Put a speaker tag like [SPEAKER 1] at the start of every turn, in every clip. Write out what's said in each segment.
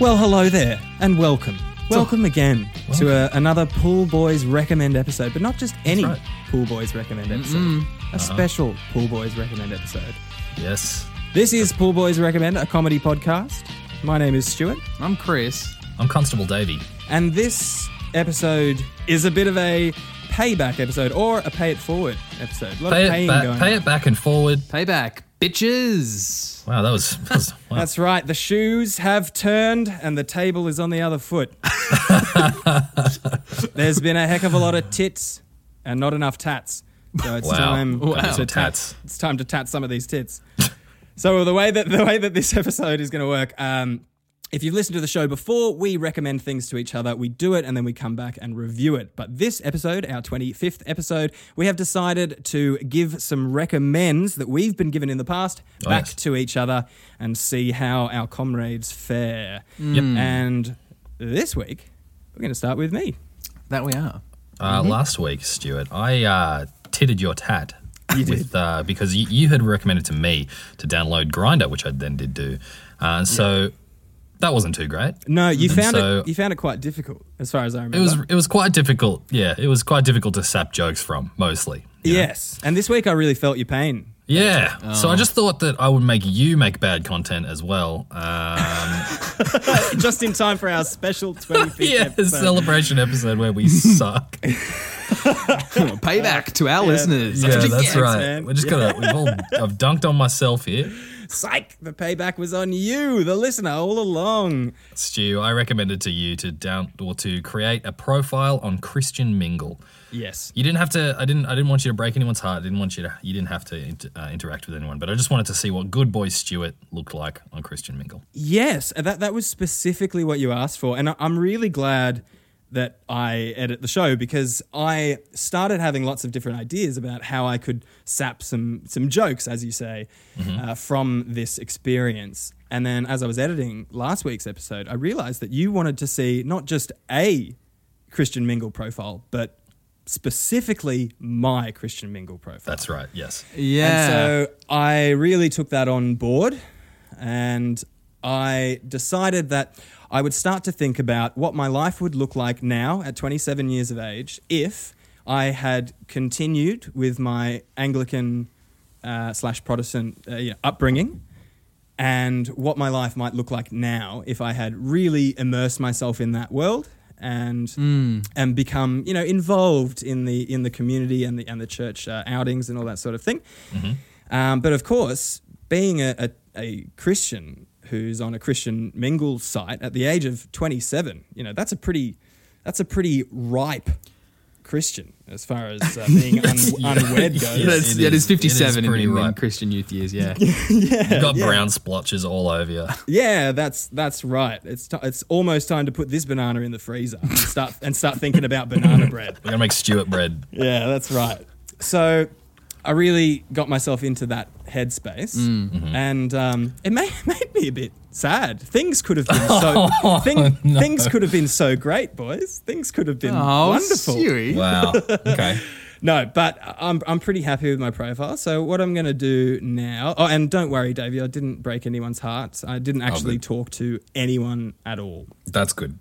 [SPEAKER 1] Well, hello there, and welcome. Welcome again to a, another Pool Boys Recommend episode, but not just any
[SPEAKER 2] right. Uh-huh.
[SPEAKER 1] Pool Boys Recommend episode, a special Pool Boys Recommend episode.
[SPEAKER 2] Yes.
[SPEAKER 1] This is Pool Boys Recommend, a comedy podcast. My name is Stuart,
[SPEAKER 3] I'm Chris.
[SPEAKER 2] I'm Constable Davey.
[SPEAKER 1] and this episode is a bit of a payback episode or a pay it forward episode. A lot
[SPEAKER 2] Pay
[SPEAKER 1] of
[SPEAKER 2] it,
[SPEAKER 1] paying
[SPEAKER 2] ba-
[SPEAKER 1] going
[SPEAKER 2] pay
[SPEAKER 1] on.
[SPEAKER 2] it back and forward.
[SPEAKER 3] Payback, bitches.
[SPEAKER 2] Wow, that was. That was wow.
[SPEAKER 1] That's right, the shoes have turned and the table is on the other foot. There's been a heck of a lot of tits and not enough tats. So it's
[SPEAKER 2] Wow.
[SPEAKER 1] time
[SPEAKER 2] Wow.
[SPEAKER 1] to
[SPEAKER 2] Tats.
[SPEAKER 1] tat. It's time to tat some of these tits. so the way that the way that this episode is going to work, um, if you've listened to the show before, we recommend things to each other. We do it and then we come back and review it. But this episode, our 25th episode, we have decided to give some recommends that we've been given in the past back
[SPEAKER 2] yes.
[SPEAKER 1] to each other and see how our comrades fare.
[SPEAKER 2] Yep.
[SPEAKER 1] And this week, we're going to start with me.
[SPEAKER 3] That we are.
[SPEAKER 1] mm-hmm.
[SPEAKER 2] Uh, Last week, Stuart, I uh, titted your tat. with, uh, because you, you had recommended to me to download Grinder, which I then did do. Uh, so that wasn't too great.
[SPEAKER 1] No, you found
[SPEAKER 2] Mm-hmm. so-
[SPEAKER 1] it. You found it quite difficult, as far as I remember.
[SPEAKER 2] It was it was quite difficult. Yeah, it was quite difficult to sap jokes from mostly. you know?
[SPEAKER 1] yes. And this week, I really felt your pain.
[SPEAKER 2] Yeah. So
[SPEAKER 1] Oh.
[SPEAKER 2] I just thought that I would make you make bad content as well. Um,
[SPEAKER 1] Just in time for our special 25th
[SPEAKER 2] yeah,
[SPEAKER 1] episode.
[SPEAKER 2] celebration episode where we suck.
[SPEAKER 3] Payback to our listeners.
[SPEAKER 2] Yeah,
[SPEAKER 1] what you
[SPEAKER 2] that's
[SPEAKER 1] get,
[SPEAKER 2] right.
[SPEAKER 1] man.
[SPEAKER 2] We're just gonna. We've all. I've dunked on myself here,
[SPEAKER 1] Psych! The payback was on you, the listener, all along.
[SPEAKER 2] Stu. I recommended to you to down or to create a profile on Christian Mingle.
[SPEAKER 1] Yes.
[SPEAKER 2] You didn't have to. I didn't. I didn't want you to break anyone's heart. I didn't want you to. You didn't have to inter, uh, interact with anyone. But I just wanted to see what good boy Stuart looked like on Christian Mingle.
[SPEAKER 1] Yes, that, that was specifically what you asked for. And I, I'm really glad that I edit the show because I started having lots of different ideas about how I could sap some, some jokes, as you say, uh, from this experience. And then as I was editing last week's episode, I realized that you wanted to see not just a Christian Mingle profile, but specifically my Christian Mingle profile.
[SPEAKER 2] That's right. Yes.
[SPEAKER 3] Yeah.
[SPEAKER 1] And so I really took that on board and I decided that I would start to think about what my life would look like now at 27 years of age if I had continued with my Anglican uh, slash Protestant uh, you know, upbringing and what my life might look like now if I had really immersed myself in that world and and become you know involved in the in the community and the and the church uh, outings and all that sort of thing. Um, but of course, being a, a, a Christian who's on a Christian mingle site at the age of 27, you know that's a pretty that's a pretty ripe Christian as far as uh, being un- unwed goes.
[SPEAKER 3] That's-
[SPEAKER 2] Yeah, it
[SPEAKER 3] that
[SPEAKER 2] is-
[SPEAKER 3] is
[SPEAKER 2] it is
[SPEAKER 3] 57 in,
[SPEAKER 2] pretty
[SPEAKER 3] in
[SPEAKER 2] ripe.
[SPEAKER 3] Christian youth years, yeah.
[SPEAKER 2] You've got brown splotches all over you.
[SPEAKER 1] Yeah, that's that's right. It's t- it's almost time to put this banana in the freezer and start and start thinking about banana bread.
[SPEAKER 2] We're gonna make Stuart bread.
[SPEAKER 1] Yeah, that's right. So I really got myself into that headspace, and um, it made, made me a bit sad. Things could have been so thing, things could have been so great, boys. Things could have been
[SPEAKER 3] Oh,
[SPEAKER 1] wonderful.
[SPEAKER 3] Stewie.
[SPEAKER 2] Wow. Okay.
[SPEAKER 1] No, but I'm, I'm pretty happy with my profile. So what I'm going to do now, oh, and don't worry, Davey, I didn't break anyone's hearts. I
[SPEAKER 3] Oh,
[SPEAKER 1] didn't actually
[SPEAKER 2] good.
[SPEAKER 1] talk to anyone at all.
[SPEAKER 2] That's good.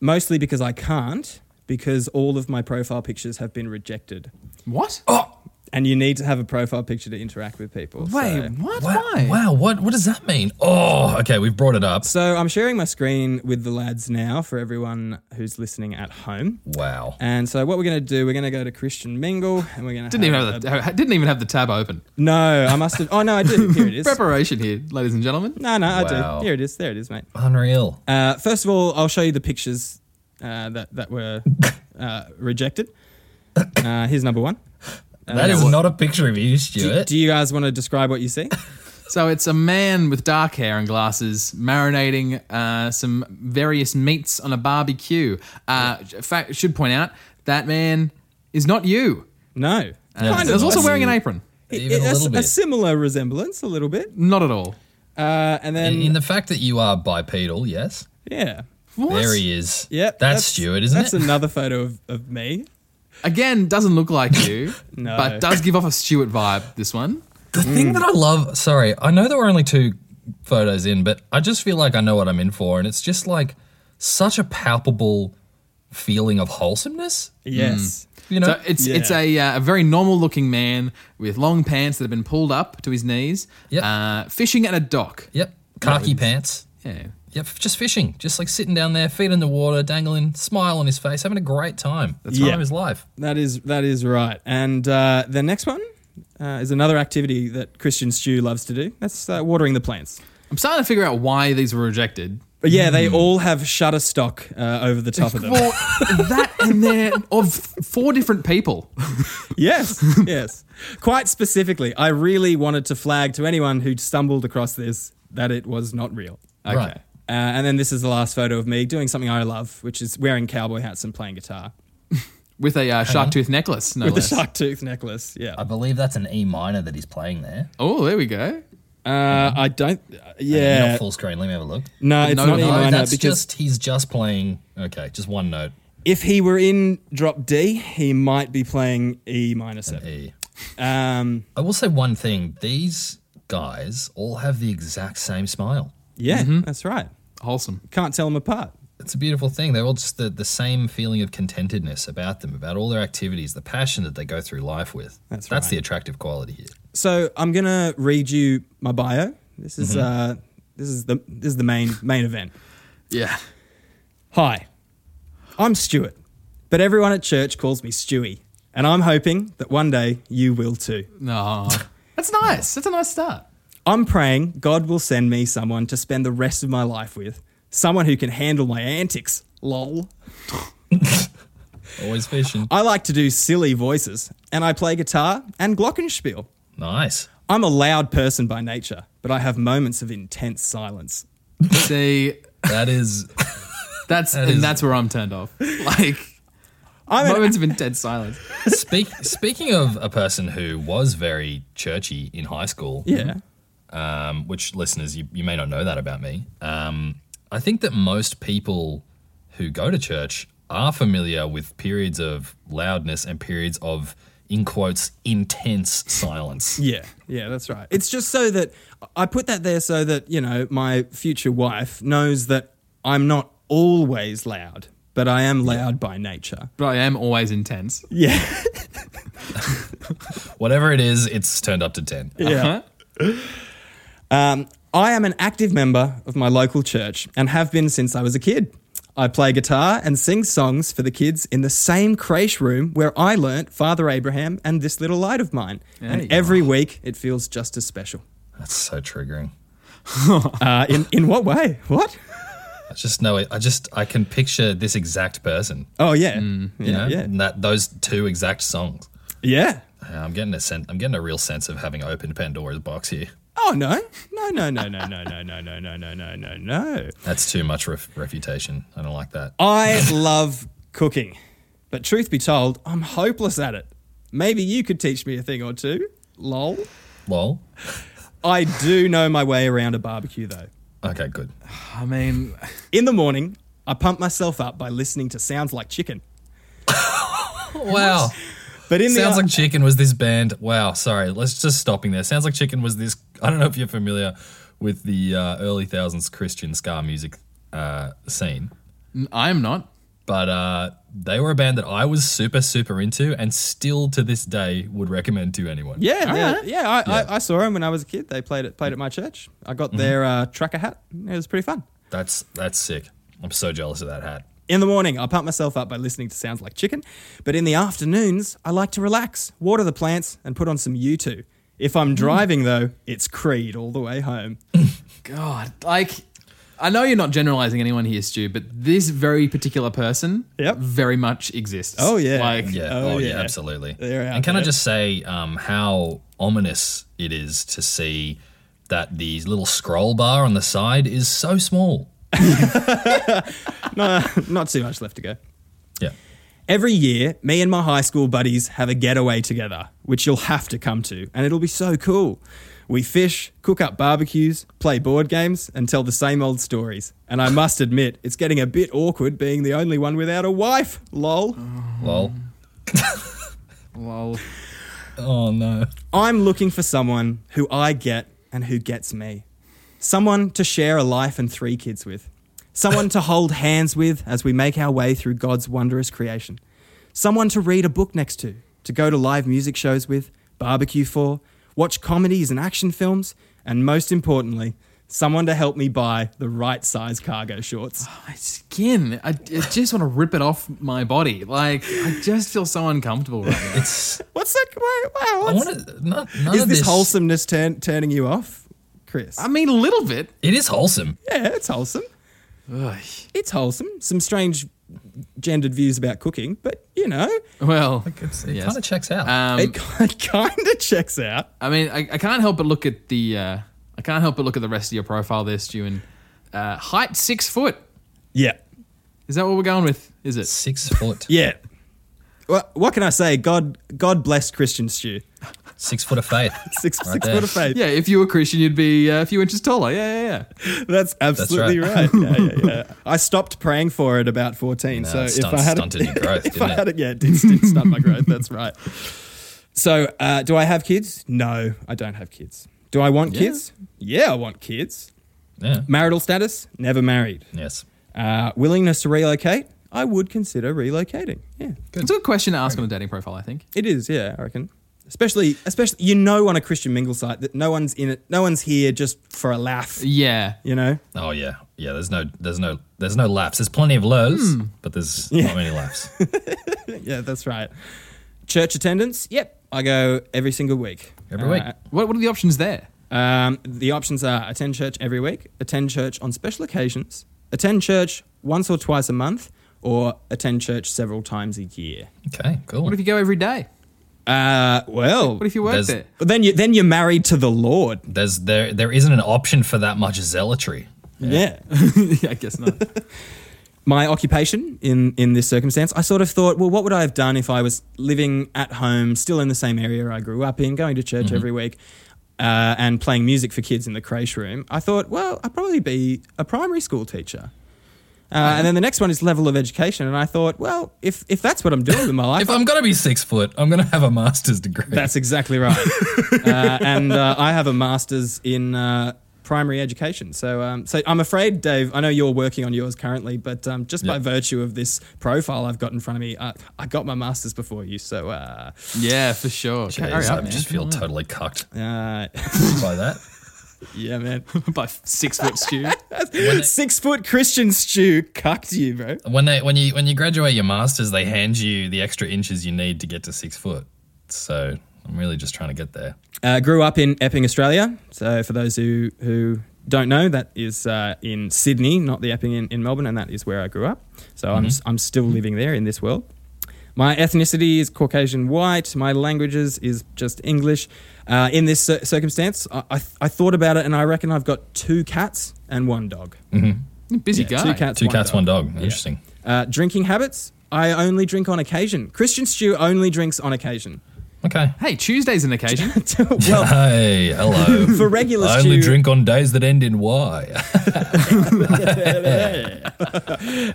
[SPEAKER 1] Mostly because I can't, because all of my profile pictures have been rejected.
[SPEAKER 3] What?
[SPEAKER 2] Oh,
[SPEAKER 1] And you need to have a profile picture to interact with people.
[SPEAKER 3] Wait,
[SPEAKER 1] so.
[SPEAKER 3] what?
[SPEAKER 2] Wow,
[SPEAKER 3] Why?
[SPEAKER 2] wow, what what does that mean? Oh, okay, we've brought it up.
[SPEAKER 1] So I'm sharing my screen with the lads now for everyone who's listening at home.
[SPEAKER 2] Wow.
[SPEAKER 1] And so what we're going to do, we're going to go to Christian Mingle and we're going to
[SPEAKER 3] Didn't even have
[SPEAKER 2] Uh,
[SPEAKER 3] the, ha- didn't even have the tab open.
[SPEAKER 1] No, I must have. Oh no, I do. Here it is.
[SPEAKER 3] Preparation here, ladies and gentlemen.
[SPEAKER 1] No, no, I
[SPEAKER 2] Wow.
[SPEAKER 1] do. Here it is. There it is, mate.
[SPEAKER 2] Unreal.
[SPEAKER 1] Uh, first of all, I'll show you the pictures uh, that that were uh, rejected. Uh, here's number one.
[SPEAKER 2] that is not a picture of you,
[SPEAKER 1] Do,
[SPEAKER 2] Stuart.
[SPEAKER 1] do you guys want to describe what you see?
[SPEAKER 3] So it's a man with dark hair and glasses marinating uh, some various meats on a barbecue. Uh, fact, should point out that man is not you.
[SPEAKER 1] No.
[SPEAKER 3] Uh,
[SPEAKER 1] Kind
[SPEAKER 3] he was also
[SPEAKER 1] of. That's-
[SPEAKER 3] wearing an apron.
[SPEAKER 2] Even a
[SPEAKER 1] that's
[SPEAKER 2] little bit.
[SPEAKER 1] similar resemblance, a little bit.
[SPEAKER 3] Not at all.
[SPEAKER 1] Uh, and then,
[SPEAKER 2] in, in the fact that you are bipedal, yes.
[SPEAKER 1] yeah.
[SPEAKER 3] What?
[SPEAKER 2] There he is.
[SPEAKER 1] Yep.
[SPEAKER 2] That's, Stuart, isn't
[SPEAKER 1] that's
[SPEAKER 2] it? Hmm.
[SPEAKER 1] That's another photo of, of me.
[SPEAKER 3] Again, doesn't look like you,
[SPEAKER 1] No.
[SPEAKER 3] but does give off a Stewart vibe. This one.
[SPEAKER 1] Mm.
[SPEAKER 2] the thing that I love, sorry, I know there were only two photos in, but I just feel like I know what I'm in for, and it's just like such a palpable feeling of wholesomeness.
[SPEAKER 1] Yes.
[SPEAKER 2] You know,
[SPEAKER 3] so it's
[SPEAKER 1] Yeah.
[SPEAKER 3] it's a, uh, a very normal looking man with long pants that have been pulled up to his knees,
[SPEAKER 2] Yep.
[SPEAKER 3] uh, fishing at a dock.
[SPEAKER 2] yep, khaki pants.
[SPEAKER 3] Yeah.
[SPEAKER 2] Yep, just fishing, just like sitting down there, feet in the water, dangling, smile on his face, having a great time. That's
[SPEAKER 1] Yeah.
[SPEAKER 2] time is life.
[SPEAKER 1] That is that is right. And uh, the next one uh, is another activity that Christian Stew loves to do. That's uh, watering the plants.
[SPEAKER 3] I'm starting to figure out why these were rejected.
[SPEAKER 1] But yeah,
[SPEAKER 2] Hmm.
[SPEAKER 1] they all have Shutterstock uh, over the top of them.
[SPEAKER 3] Well, that and then of four different people.
[SPEAKER 1] yes, yes. Quite specifically, I really wanted to flag to anyone who stumbled across this that it was not real.
[SPEAKER 3] Okay.
[SPEAKER 2] Right.
[SPEAKER 1] Uh, and then this is the last photo of me doing something I love, which is wearing cowboy hats and playing guitar
[SPEAKER 3] With a uh, shark tooth necklace, no
[SPEAKER 1] with
[SPEAKER 3] less.
[SPEAKER 1] a shark tooth necklace. Yeah.
[SPEAKER 2] I believe that's an E minor that he's playing there.
[SPEAKER 3] Oh, there we go.
[SPEAKER 1] Uh, I don't. uh,
[SPEAKER 2] mm-hmm. You're
[SPEAKER 1] yeah.
[SPEAKER 2] not full screen. Let me have a look.
[SPEAKER 1] No, it's
[SPEAKER 3] No,
[SPEAKER 1] not E
[SPEAKER 3] no,
[SPEAKER 1] minor
[SPEAKER 2] that's
[SPEAKER 1] because
[SPEAKER 2] just he's just playing. Okay, just one note.
[SPEAKER 1] if he were in drop D, he might be playing E minor seven.
[SPEAKER 2] E.
[SPEAKER 1] Um,
[SPEAKER 2] I will say one thing. These guys all have the exact same smile.
[SPEAKER 1] yeah,
[SPEAKER 2] Mm-hmm.
[SPEAKER 1] that's right.
[SPEAKER 3] Wholesome.
[SPEAKER 1] Can't tell them apart.
[SPEAKER 2] It's a beautiful thing. They're all just the, the same feeling of contentedness about them, about all their activities, the passion that they go through life with.
[SPEAKER 1] That's right.
[SPEAKER 2] the attractive quality here.
[SPEAKER 1] So I'm gonna read you my bio. This is uh, this is the this is the main main event.
[SPEAKER 3] Yeah.
[SPEAKER 1] Hi, I'm Stuart, but everyone at church calls me Stewie, and I'm hoping that one day you will too.
[SPEAKER 3] No. That's nice. That's a nice start.
[SPEAKER 1] I'm praying God will send me someone to spend the rest of my life with, someone who can handle my antics. Lol.
[SPEAKER 2] Always fishing.
[SPEAKER 1] I like to do silly voices, and I play guitar and glockenspiel.
[SPEAKER 2] nice.
[SPEAKER 1] I'm a loud person by nature, but I have moments of intense silence.
[SPEAKER 3] See,
[SPEAKER 2] That is.
[SPEAKER 3] that's and
[SPEAKER 2] is-
[SPEAKER 3] that's where I'm turned off. Like
[SPEAKER 1] I'm an,
[SPEAKER 3] moments of intense silence.
[SPEAKER 2] Speak, speaking of a person who was very churchy in high school,
[SPEAKER 1] yeah,
[SPEAKER 2] um, which listeners, you, you may not know that about me. Um, I think that most people who go to church are familiar with periods of loudness and periods of, in quotes, intense silence.
[SPEAKER 1] yeah, yeah, that's right. It's just so that I put that there so that, you know, my future wife knows that I'm not always loud, but I am loud by nature.
[SPEAKER 3] But I am always intense.
[SPEAKER 1] Yeah.
[SPEAKER 2] Whatever it is, it's turned up to 10.
[SPEAKER 3] Uh-huh.
[SPEAKER 1] yeah. Um, I am an active member of my local church and have been since I was a kid. I play guitar and sing songs for the kids in the same creche room where I learnt Father Abraham and This Little Light of Mine.
[SPEAKER 3] you
[SPEAKER 1] and every week it feels just as special.
[SPEAKER 2] That's so triggering.
[SPEAKER 1] Uh, in, in what way? What?
[SPEAKER 2] I just know it. I just, I can picture this exact person,
[SPEAKER 1] Oh, yeah.
[SPEAKER 2] you
[SPEAKER 1] yeah,
[SPEAKER 2] know,
[SPEAKER 1] yeah.
[SPEAKER 2] and that, those two exact songs. Uh,
[SPEAKER 1] Yeah.
[SPEAKER 2] I'm getting a sense. I'm getting a real sense of having opened Pandora's box here.
[SPEAKER 1] Oh, no. No, no, no, no, no, no, no, no, no, no, no, no, no.
[SPEAKER 2] That's too much ref- refutation. I don't like that.
[SPEAKER 1] I love cooking, but truth be told, I'm hopeless at it. Maybe you could teach me a thing or two. Lol.
[SPEAKER 2] Lol.
[SPEAKER 1] I do know my way around a barbecue though.
[SPEAKER 2] Okay, good.
[SPEAKER 3] I mean,
[SPEAKER 1] In the morning, I pump myself up by listening to sounds like chicken.
[SPEAKER 2] Wow.
[SPEAKER 1] But in
[SPEAKER 2] Sounds
[SPEAKER 1] the
[SPEAKER 2] like Chicken was this band. Wow, sorry. Let's just stopping there. Sounds like Chicken was this. I don't know if you're familiar with the uh, early thousands Christian ska music uh, scene,
[SPEAKER 3] I am not.
[SPEAKER 2] but uh, they were a band that I was super super into, and still to this day would recommend to anyone.
[SPEAKER 1] yeah, they're-
[SPEAKER 3] Alright.
[SPEAKER 1] yeah, I, I, I saw them when I was a kid. They played at played at my church. I got
[SPEAKER 2] Mm-hmm.
[SPEAKER 1] their uh, tracker hat. It was pretty fun.
[SPEAKER 2] that's that's sick. I'm so jealous of that hat.
[SPEAKER 1] In the morning, I pump myself up by listening to sounds like chicken. But in the afternoons, I like to relax, water the plants, and put on some U2. If I'm driving though, it's Creed all the way home.
[SPEAKER 3] God, like I know you're not generalizing anyone here, Stu, but this very particular person
[SPEAKER 1] Yep.
[SPEAKER 3] very much exists.
[SPEAKER 1] Oh, yeah.
[SPEAKER 3] Like
[SPEAKER 2] Yeah.
[SPEAKER 1] Oh,
[SPEAKER 2] Oh, yeah.
[SPEAKER 1] yeah.
[SPEAKER 2] Absolutely.
[SPEAKER 1] They're out
[SPEAKER 2] and can I
[SPEAKER 1] there.
[SPEAKER 2] just say um, how ominous it is to see that the little scroll bar on the side is so small.
[SPEAKER 1] no, not too much left to go.
[SPEAKER 2] Yeah.
[SPEAKER 1] Every year, me and my high school buddies have a getaway together, which you'll have to come to, and it'll be so cool. We fish, cook up barbecues, play board games, and tell the same old stories. And I must admit, it's getting a bit awkward being the only one without a wife. Lol.
[SPEAKER 2] Lol.
[SPEAKER 3] Lol.
[SPEAKER 2] Oh no.
[SPEAKER 1] I'm looking for someone who I get and who gets me. someone to share a life and three kids with, someone to hold hands with as we make our way through God's wondrous creation, someone to read a book next to, to go to live music shows with, barbecue for, watch comedies and action films, and most importantly, someone to help me buy the right size cargo shorts.
[SPEAKER 3] My skin. I, I just want to rip it off my body. Like I just feel so uncomfortable right now.
[SPEAKER 2] It's
[SPEAKER 1] What's that? why- why-
[SPEAKER 2] I
[SPEAKER 1] what's-
[SPEAKER 2] want to. None, none
[SPEAKER 1] is
[SPEAKER 2] of
[SPEAKER 1] this wholesomeness turn, turning you off, Chris?
[SPEAKER 3] I mean, a little bit.
[SPEAKER 2] It is wholesome.
[SPEAKER 1] yeah, it's wholesome.
[SPEAKER 3] Ugh.
[SPEAKER 1] It's wholesome. Some strange gendered views about cooking, but you know,
[SPEAKER 3] Well,
[SPEAKER 2] It's, it
[SPEAKER 3] Yes.
[SPEAKER 2] kind of checks out.
[SPEAKER 3] um,
[SPEAKER 1] it, kind of checks out.
[SPEAKER 3] I mean, I, I can't help but look at the. Uh, I can't help but look at the rest of your profile there, Stu. And uh, height six foot.
[SPEAKER 1] Yeah,
[SPEAKER 3] Is that what we're going with? Is it?
[SPEAKER 2] six foot.
[SPEAKER 1] yeah. Well, what can I say? God, God bless Christian Stew.
[SPEAKER 2] Six foot of faith.
[SPEAKER 1] Six,
[SPEAKER 2] Right
[SPEAKER 1] six
[SPEAKER 2] there.
[SPEAKER 1] foot of faith.
[SPEAKER 3] Yeah, if you were Christian, you'd be uh, a few inches taller. Yeah, yeah, yeah.
[SPEAKER 1] That's absolutely right. Yeah, yeah, yeah. I stopped praying for it about fourteen. so
[SPEAKER 2] it
[SPEAKER 1] if
[SPEAKER 2] stunt-
[SPEAKER 1] I had
[SPEAKER 2] stunted your growth,
[SPEAKER 1] if
[SPEAKER 2] didn't
[SPEAKER 1] I
[SPEAKER 2] it?
[SPEAKER 1] had it, yeah, it did, did stunt my growth. That's right. So, uh, do I have kids? No, I don't have kids. Do I want kids? Yeah, I want kids.
[SPEAKER 2] Yeah.
[SPEAKER 1] Marital status? Never married.
[SPEAKER 2] Yes.
[SPEAKER 1] Uh, willingness to relocate? I would consider relocating. Yeah,
[SPEAKER 3] It's a good question to ask on a dating profile. I think.
[SPEAKER 1] it is. Yeah, I reckon. Especially, especially you know, on a Christian mingle site that no one's in it. No one's here just for a laugh.
[SPEAKER 3] Yeah.
[SPEAKER 1] You know.
[SPEAKER 2] Oh yeah. Yeah. There's no. There's no. There's no laughs. There's plenty of lows, but there's not many laughs.
[SPEAKER 1] Yeah, that's right. Church attendance? Yep. I go every single week.
[SPEAKER 2] Every
[SPEAKER 1] Uh,
[SPEAKER 2] week.
[SPEAKER 3] What What are the options there?
[SPEAKER 1] Um, the options are attend church every week, attend church on special occasions, attend church once or twice a month, or attend church several times a year.
[SPEAKER 2] Okay. Cool.
[SPEAKER 3] What if you go every day?
[SPEAKER 1] Uh, well,
[SPEAKER 3] What if you work
[SPEAKER 2] There's-
[SPEAKER 3] there?
[SPEAKER 1] then you then you're married to the Lord.
[SPEAKER 2] there's there. There isn't an option for that much zealotry.
[SPEAKER 1] Yeah.
[SPEAKER 3] yeah, I guess not.
[SPEAKER 1] My occupation in in this circumstance, I sort of thought, well, what would I have done if I was living at home, still in the same area I grew up in, going to church every week, uh, and playing music for kids in the creche room? I thought, well, I'd probably be a primary school teacher. Uh, and then the next one is level of education, and I thought, well, if if that's what I'm doing with my life,
[SPEAKER 2] If I'm gonna be six foot, I'm gonna have a master's degree.
[SPEAKER 1] That's exactly right. uh, and uh, I have a master's in uh, primary education. So, um, so I'm afraid, Dave. I know you're working on yours currently, but um, just by
[SPEAKER 2] Yeah.
[SPEAKER 1] virtue of this profile I've got in front of me, uh, I got my master's before you. So, uh,
[SPEAKER 3] Yeah, for sure.
[SPEAKER 2] Jeez,
[SPEAKER 3] Hurry up,
[SPEAKER 2] I
[SPEAKER 3] man.
[SPEAKER 2] just feel totally cucked
[SPEAKER 1] uh,
[SPEAKER 2] by that.
[SPEAKER 1] yeah, man.
[SPEAKER 3] by six foot stew.
[SPEAKER 1] Six foot Christian stew cucked you, bro.
[SPEAKER 2] When they when you when you graduate your masters, they hand you the extra inches you need to get to six foot. So I'm really just trying to get there.
[SPEAKER 1] Uh, grew up in Epping, Australia. So, for those who who don't know, that is uh, in Sydney, not the Epping in, in Melbourne, and that is where I grew up. So
[SPEAKER 2] Mm-hmm.
[SPEAKER 1] I'm s- I'm still living there in this world. My ethnicity is Caucasian white. My languages is just English. Uh, in this cir- circumstance, I, I, th- I thought about it, and I reckon I've got two cats and one dog.
[SPEAKER 3] Busy
[SPEAKER 1] Yeah,
[SPEAKER 3] guy.
[SPEAKER 1] Two cats,
[SPEAKER 2] Two
[SPEAKER 1] one
[SPEAKER 2] cats,
[SPEAKER 1] dog.
[SPEAKER 2] one dog. Interesting.
[SPEAKER 1] Uh, drinking habits. I only drink on occasion. Christian Stew only drinks on occasion.
[SPEAKER 2] Okay.
[SPEAKER 3] Hey, Tuesday's an occasion.
[SPEAKER 1] well,
[SPEAKER 2] hey, hello.
[SPEAKER 1] For regular
[SPEAKER 2] I only
[SPEAKER 1] stew-
[SPEAKER 2] drink on days that end in Y.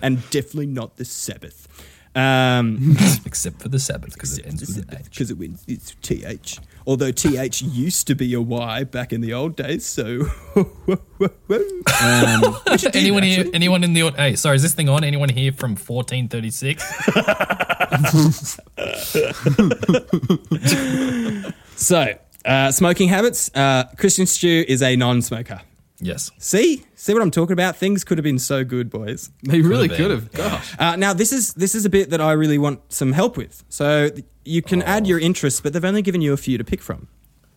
[SPEAKER 1] and definitely not the Sabbath. Um,
[SPEAKER 2] Except for the Sabbath, because it ends with an H.
[SPEAKER 1] because it wins it's th. Although th used to be a y back in the old days, so um,
[SPEAKER 2] Anyone here? Anyone in the? au- Hey, sorry, is this thing on? Anyone here from 1436?
[SPEAKER 1] so uh, smoking habits. Uh, Christian Stew is a non-smoker.
[SPEAKER 2] yes.
[SPEAKER 1] See, see what I'm talking about. Things could have been so good, boys.
[SPEAKER 3] They really
[SPEAKER 2] been.
[SPEAKER 3] could have. Gosh.
[SPEAKER 1] Uh, now this is this is a bit that I really want some help with. So th- you can
[SPEAKER 2] Oh.
[SPEAKER 1] add your interests, but they've only given you a few to pick from.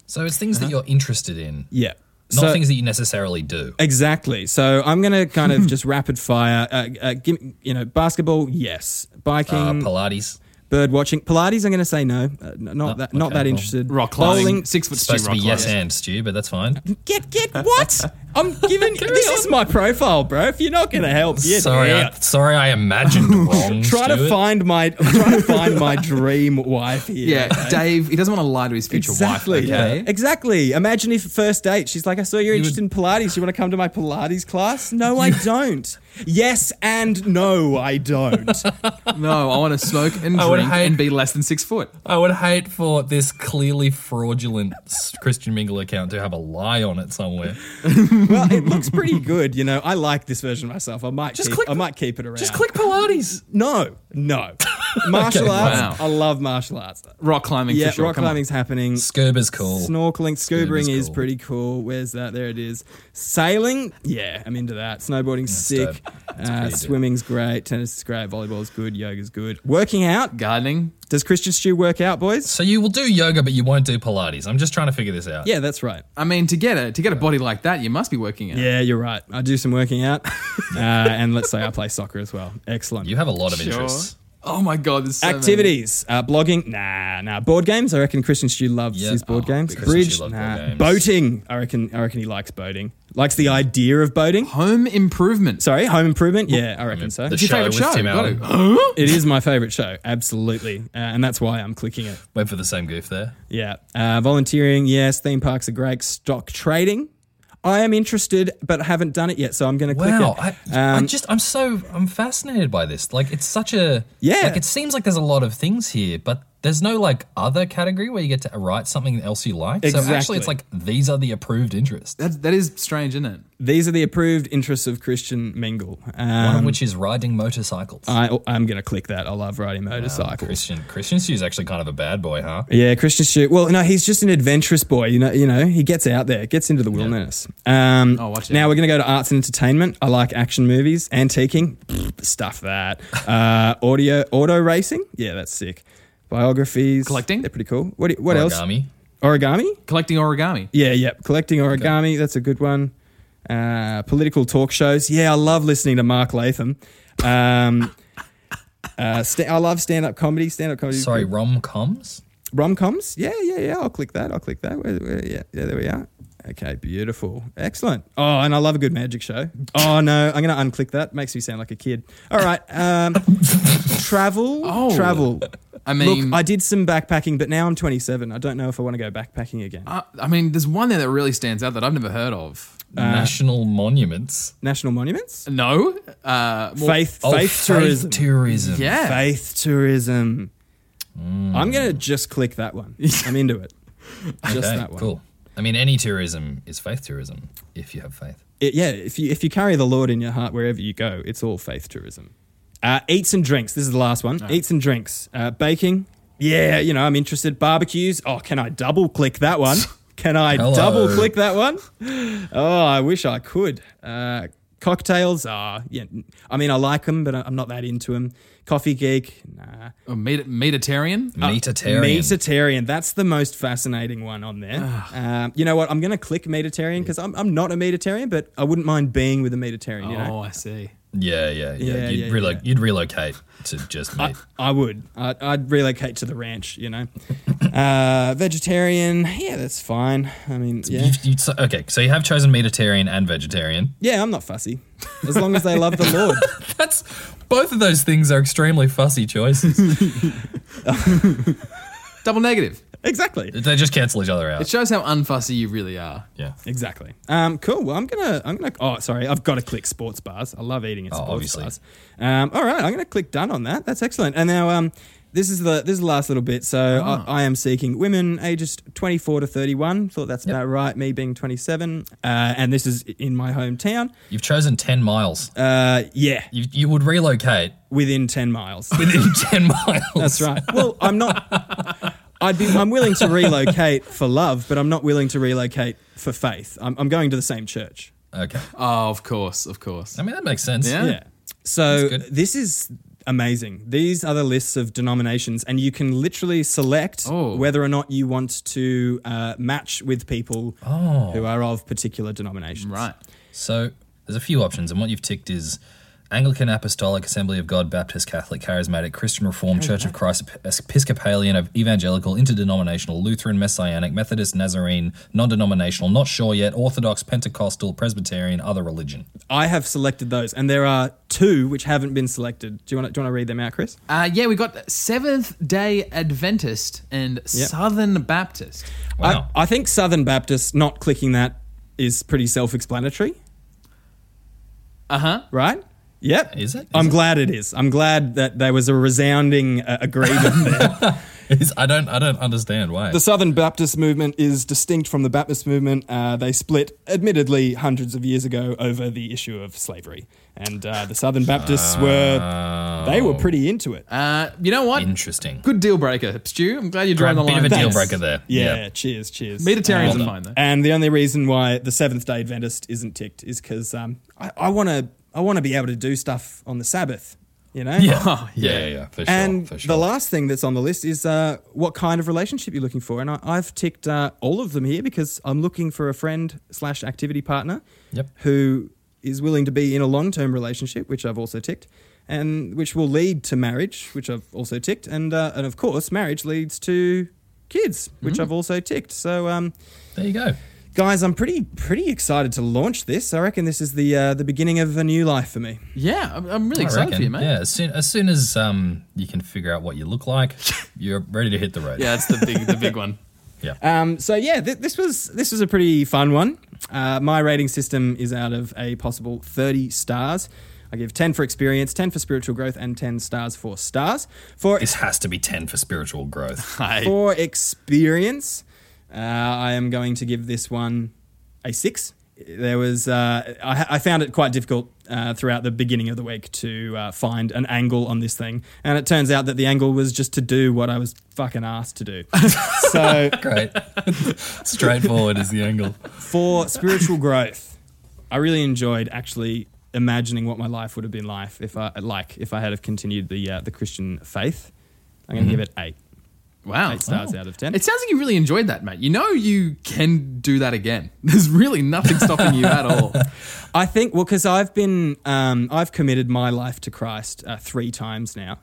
[SPEAKER 2] So it's things that you're interested in,
[SPEAKER 1] Yeah.
[SPEAKER 2] not
[SPEAKER 1] So-
[SPEAKER 2] things that you necessarily do.
[SPEAKER 1] Exactly. So I'm going to kind of just rapid fire. Uh, uh, give, you know, basketball, yes.
[SPEAKER 2] Uh,
[SPEAKER 1] Biking,
[SPEAKER 2] Pilates,
[SPEAKER 1] bird watching, Pilates. I'm going to say no. Uh, n- not that. Not
[SPEAKER 2] okay,
[SPEAKER 1] that
[SPEAKER 2] cool.
[SPEAKER 1] interested.
[SPEAKER 3] Rock climbing.
[SPEAKER 1] Bowling.
[SPEAKER 3] Six foot stew.
[SPEAKER 2] supposed to
[SPEAKER 3] Rock
[SPEAKER 2] be yes
[SPEAKER 3] climbing.
[SPEAKER 2] and Stu, but that's fine.
[SPEAKER 1] Get get what? I'm giving. this is my profile, bro. If you're not going to help, yeah.
[SPEAKER 2] sorry, I, sorry, I imagined wrong.
[SPEAKER 1] Try to
[SPEAKER 2] Stuart.
[SPEAKER 1] find my try to find my dream wife here.
[SPEAKER 3] Yeah, Dave. He doesn't want to lie to his future
[SPEAKER 1] Exactly.
[SPEAKER 3] wife. Okay.
[SPEAKER 1] yeah. Exactly. Imagine if first date, she's like, I saw you're interested in Pilates. You want to come to my Pilates class? No, I don't. Yes and no, I don't.
[SPEAKER 3] No, I want to smoke and drink.
[SPEAKER 2] I want would
[SPEAKER 3] morning
[SPEAKER 2] hate-
[SPEAKER 3] and be less than six foot.
[SPEAKER 2] I would hate for this clearly fraudulent s- Christian Mingle account to have a lie on it somewhere.
[SPEAKER 1] well, it looks pretty good. You know, I like this version myself. I might
[SPEAKER 2] Just
[SPEAKER 1] keep,
[SPEAKER 2] click-
[SPEAKER 1] I might keep it around.
[SPEAKER 2] Just click Pilates.
[SPEAKER 1] No, no. Martial
[SPEAKER 2] Okay,
[SPEAKER 1] arts.
[SPEAKER 3] wow.
[SPEAKER 1] I love martial arts.
[SPEAKER 3] Rock climbing
[SPEAKER 1] Yeah,
[SPEAKER 3] for sure.
[SPEAKER 1] rock
[SPEAKER 3] Come on.
[SPEAKER 1] climbing's happening.
[SPEAKER 2] Scuba's cool.
[SPEAKER 1] Snorkeling, scubaing
[SPEAKER 2] Scuba's
[SPEAKER 1] is
[SPEAKER 2] cool.
[SPEAKER 1] pretty cool. Where's that? There it is. Sailing, yeah, I'm into that. Snowboarding's sick.
[SPEAKER 2] dope.
[SPEAKER 1] Uh,
[SPEAKER 2] pretty dope.
[SPEAKER 1] swimming's great. Tennis is great. Volleyball's good. Yoga's good. Working out.
[SPEAKER 3] Gardening.
[SPEAKER 1] Does Christian Stew work out, boys?
[SPEAKER 2] So you will do yoga, but you won't do Pilates. I'm just trying to figure this out.
[SPEAKER 1] Yeah, that's right.
[SPEAKER 3] I mean, to get a to get a body like that, you must be working out.
[SPEAKER 1] Yeah, you're right. I do some working out. uh, and let's say I play soccer as well. Excellent.
[SPEAKER 2] You have a lot of
[SPEAKER 3] Sure.
[SPEAKER 2] interests.
[SPEAKER 3] Oh my god, there's so many.
[SPEAKER 1] Activities, uh, blogging, nah, nah. Board games, I reckon Christian Stew loves
[SPEAKER 2] Yeah.
[SPEAKER 1] his board
[SPEAKER 2] Oh,
[SPEAKER 1] games.
[SPEAKER 2] Christian
[SPEAKER 1] Bridge,
[SPEAKER 2] Stew loves
[SPEAKER 1] nah.
[SPEAKER 2] board games.
[SPEAKER 1] Boating, I reckon. I reckon he likes boating. Likes the idea of boating.
[SPEAKER 3] Home improvement.
[SPEAKER 1] Sorry, Home Improvement. Yeah, I reckon so.
[SPEAKER 2] The
[SPEAKER 3] It's your
[SPEAKER 2] show
[SPEAKER 3] favorite
[SPEAKER 2] with
[SPEAKER 3] show.
[SPEAKER 2] Tim
[SPEAKER 3] Got
[SPEAKER 2] Allen.
[SPEAKER 3] it. Huh?
[SPEAKER 1] It is my favorite show, absolutely, uh, and that's why I'm clicking it.
[SPEAKER 2] Went for the same goof there.
[SPEAKER 1] Yeah, uh, volunteering, yes. Theme parks are great. Stock trading, I am interested, but haven't done it yet, so I'm going to click
[SPEAKER 2] Wow, I,
[SPEAKER 1] it.
[SPEAKER 2] I
[SPEAKER 1] Um,
[SPEAKER 2] just I'm so I'm fascinated by this. Like it's such a
[SPEAKER 1] Yeah.
[SPEAKER 2] Like it seems like there's a lot of things here, but there's no like other category where you get to write something else you like. So
[SPEAKER 1] Exactly.
[SPEAKER 2] actually, it's like these are the approved interests.
[SPEAKER 3] That, that is strange, isn't it?
[SPEAKER 1] these are the approved interests of Christian Mingle.
[SPEAKER 2] One
[SPEAKER 1] Um,
[SPEAKER 2] of which is riding motorcycles.
[SPEAKER 1] I, I'm going to click that. I love riding motorcycles.
[SPEAKER 2] uh, Christian Christian Stu's actually kind of a bad boy, huh?
[SPEAKER 1] Yeah, Christian Stewart. Well, no, he's just an adventurous boy. You know, you know, he gets out there, gets into the wilderness. Um,
[SPEAKER 3] Oh, watch out.
[SPEAKER 1] now we're going to go to arts and entertainment. I like action movies, antiquing, Pfft, stuff that. Uh, audio, auto racing. Yeah, that's sick. Biographies,
[SPEAKER 3] Collecting?
[SPEAKER 1] They're pretty cool. What? do- What else?
[SPEAKER 2] Origami.
[SPEAKER 1] Origami.
[SPEAKER 3] Collecting origami.
[SPEAKER 1] Yeah, yeah. Collecting origami. That's a good one. Uh, political talk shows. Yeah, I love listening to Mark Latham. Um, uh, sta- I love stand up comedy. Stand up comedy.
[SPEAKER 2] Sorry, rom coms.
[SPEAKER 1] rom coms. Yeah, yeah, yeah. I'll click that. I'll click that. Where, where, yeah, yeah. There we are. Okay, beautiful, excellent. Oh, and I love a good magic show. Oh no, I'm gonna unclick that. Makes me sound like a kid. All right, um, travel,
[SPEAKER 3] Oh.
[SPEAKER 1] travel.
[SPEAKER 3] I mean,
[SPEAKER 1] Look, I did some backpacking, but now I'm 27. I don't know if I want to go backpacking again.
[SPEAKER 3] I, uh, I mean, there's one there that really stands out that I've never heard of.
[SPEAKER 1] uh,
[SPEAKER 2] National monuments.
[SPEAKER 1] National monuments,
[SPEAKER 3] No, uh, more-
[SPEAKER 1] faith,
[SPEAKER 2] Oh,
[SPEAKER 1] faith, tourism,
[SPEAKER 2] tourism.
[SPEAKER 3] Yeah, Mm.
[SPEAKER 1] faith tourism. I'm gonna just click that one. I'm into it. Just
[SPEAKER 2] Okay,
[SPEAKER 1] that one.
[SPEAKER 2] Cool. I mean, any tourism is faith tourism if you have faith.
[SPEAKER 1] it- yeah, if you if you carry the Lord in your heart wherever you go, it's all faith tourism. Uh, eats and drinks. This is the last one. Eats and drinks. Uh, baking. Yeah, you know I'm interested. Barbecues. Oh, can I double click that one? Can I
[SPEAKER 2] Hello.
[SPEAKER 1] double click that one? Oh, I wish I could. Uh, cocktails. Ah, yeah. I mean, I like them, but I- I'm not that into them. Coffee geek. Nah.
[SPEAKER 3] Oh, Medi- Mediterranean.
[SPEAKER 1] Uh,
[SPEAKER 2] Meatitarian.
[SPEAKER 1] Meatitarian. That's the most fascinating one on there. Um, you know what? I'm going to click Meatitarian because I'm, I'm not a Meatitarian, but I wouldn't mind being with a Meatitarian. You know?
[SPEAKER 3] Oh, I see.
[SPEAKER 2] Yeah, yeah, yeah.
[SPEAKER 1] Yeah,
[SPEAKER 2] you'd,
[SPEAKER 1] yeah,
[SPEAKER 2] relo-
[SPEAKER 1] yeah. Uh,
[SPEAKER 2] you'd relocate to just meat.
[SPEAKER 1] I would. I, I'd relocate to the ranch, you know. uh, vegetarian. Yeah, that's fine. I mean, yeah.
[SPEAKER 2] You- you- so- okay, so you have chosen vegetarian and vegetarian.
[SPEAKER 1] Yeah, I'm not fussy. As long as they love the Lord.
[SPEAKER 2] That's both of those things are extremely fussy choices.
[SPEAKER 3] Double negative.
[SPEAKER 1] Exactly.
[SPEAKER 2] they just cancel each other
[SPEAKER 3] It
[SPEAKER 2] out.
[SPEAKER 3] shows how unfussy you really are.
[SPEAKER 2] Yeah.
[SPEAKER 1] Exactly. Um, cool. Well, I'm gonna. I'm gonna. Oh, sorry. I've got to click sports bars. I love eating at
[SPEAKER 2] Oh,
[SPEAKER 1] sports
[SPEAKER 2] obviously.
[SPEAKER 1] bars. Um, all right. I'm gonna click done on that. That's excellent. And now, um, this is the this is the last little bit. So
[SPEAKER 2] Ah.
[SPEAKER 1] I, I am seeking women ages 24 to 31. Thought that's about right. Me being 27. Uh, and this is in my hometown.
[SPEAKER 2] You've chosen 10 miles.
[SPEAKER 1] Uh, yeah.
[SPEAKER 2] You, you would relocate
[SPEAKER 1] within 10 miles.
[SPEAKER 2] within 10 miles.
[SPEAKER 1] That's right. Well, I'm not. I'd be. I'm willing to relocate for love, but I'm not willing to relocate for faith. I'm, I'm going to the same church.
[SPEAKER 2] Okay.
[SPEAKER 3] Oh, of course, of course.
[SPEAKER 2] I mean, that makes sense.
[SPEAKER 3] Yeah.
[SPEAKER 1] Yeah. Oh, So
[SPEAKER 2] good.
[SPEAKER 1] this is amazing. These are the lists of denominations, and you can literally select
[SPEAKER 3] Oh.
[SPEAKER 1] whether or not you want to uh, match with people
[SPEAKER 2] Oh.
[SPEAKER 1] who are of particular denominations.
[SPEAKER 3] Right.
[SPEAKER 2] So there's a few options, and what you've ticked is Anglican, Apostolic, Assembly of God, Baptist, Catholic, Charismatic, Christian Reformed, Church of Christ, Ep- Episcopalian, of Evangelical, Interdenominational, Lutheran, Messianic, Methodist, Nazarene, non-denominational, not sure yet, Orthodox, Pentecostal, Presbyterian, other religion.
[SPEAKER 1] I have selected those, and there are two which haven't been selected. Do you want to, do you want to read them out, Chris?
[SPEAKER 3] Uh, yeah, we got Seventh Day Adventist and Southern Baptist.
[SPEAKER 2] Wow.
[SPEAKER 1] I, I think Southern Baptist not clicking that is pretty self-explanatory,
[SPEAKER 2] Uh-huh.
[SPEAKER 3] Uh huh.
[SPEAKER 1] right? Yep.
[SPEAKER 2] Is it? Is
[SPEAKER 1] I'm
[SPEAKER 2] it?
[SPEAKER 1] glad it is. I'm glad that there was a resounding uh, agreement there.
[SPEAKER 2] It's- I don't I don't understand why.
[SPEAKER 1] The Southern Baptist movement is distinct from the Baptist movement. Uh, they split, admittedly, hundreds of years ago over the issue of slavery. And uh, the Southern Baptists
[SPEAKER 2] Oh.
[SPEAKER 1] were, they were pretty into it.
[SPEAKER 3] Uh, you know what?
[SPEAKER 2] interesting.
[SPEAKER 3] Good deal breaker, Stu. I'm glad you're
[SPEAKER 2] Great,
[SPEAKER 3] drawing the
[SPEAKER 2] bit
[SPEAKER 3] line.
[SPEAKER 2] of a deal
[SPEAKER 1] Thanks.
[SPEAKER 2] breaker there.
[SPEAKER 1] Yeah, cheers, cheers. Um,
[SPEAKER 3] Mediterranean's
[SPEAKER 2] Well
[SPEAKER 3] are
[SPEAKER 2] done.
[SPEAKER 3] fine though.
[SPEAKER 1] And the only reason why the Seventh Day Adventist isn't ticked is because um, I, I want to I want to be able to do stuff on the Sabbath, you know.
[SPEAKER 2] Yeah.
[SPEAKER 3] Oh,
[SPEAKER 2] yeah, yeah, yeah, for sure.
[SPEAKER 1] And
[SPEAKER 2] for sure.
[SPEAKER 1] the last thing that's on the list is uh, what kind of relationship you're looking for, and I, I've ticked uh, all of them here because I'm looking for a friend slash activity partner
[SPEAKER 2] Yep.
[SPEAKER 1] who is willing to be in a long term relationship, which I've also ticked, and which will lead to marriage, which I've also ticked, and uh, and of course marriage leads to kids, which
[SPEAKER 2] Mm-hmm.
[SPEAKER 1] I've also ticked. So um,
[SPEAKER 2] there you go.
[SPEAKER 1] Guys, I'm pretty pretty excited to launch this. I reckon this is the uh, the beginning of a new life for me.
[SPEAKER 3] Yeah, I'm, I'm really
[SPEAKER 2] I
[SPEAKER 3] excited for
[SPEAKER 2] reckon,
[SPEAKER 3] you, mate.
[SPEAKER 2] Yeah, as soon as, soon as um, you can figure out what you look like, you're ready to hit the road.
[SPEAKER 3] Yeah, Uh, that's the big, the big one.
[SPEAKER 1] Um, so yeah, th- this was this was a pretty fun one. Uh, my rating system is out of a possible 30 stars. I give 10 for experience, 10 for spiritual growth, and 10 stars for stars. For
[SPEAKER 2] This has to be 10 for spiritual growth.
[SPEAKER 3] Hi.
[SPEAKER 1] for experience, uh, I am going to give this one a six. There was uh, I, I found it quite difficult uh, throughout the beginning of the week to uh, find an angle on this thing, and it turns out that the angle was just to do what I was fucking asked to do. so
[SPEAKER 2] Great. Straightforward is the angle.
[SPEAKER 1] for spiritual growth, I really enjoyed actually imagining what my life would have been like if I like if I had have continued the uh, the Christian faith. I'm going to give it eight
[SPEAKER 3] Wow.
[SPEAKER 1] eight stars out of ten.
[SPEAKER 3] It sounds like you really enjoyed that, mate. You know you can do that again. There's really nothing stopping you at all.
[SPEAKER 1] I think well because I've been um, I've committed my life to Christ uh, three times now,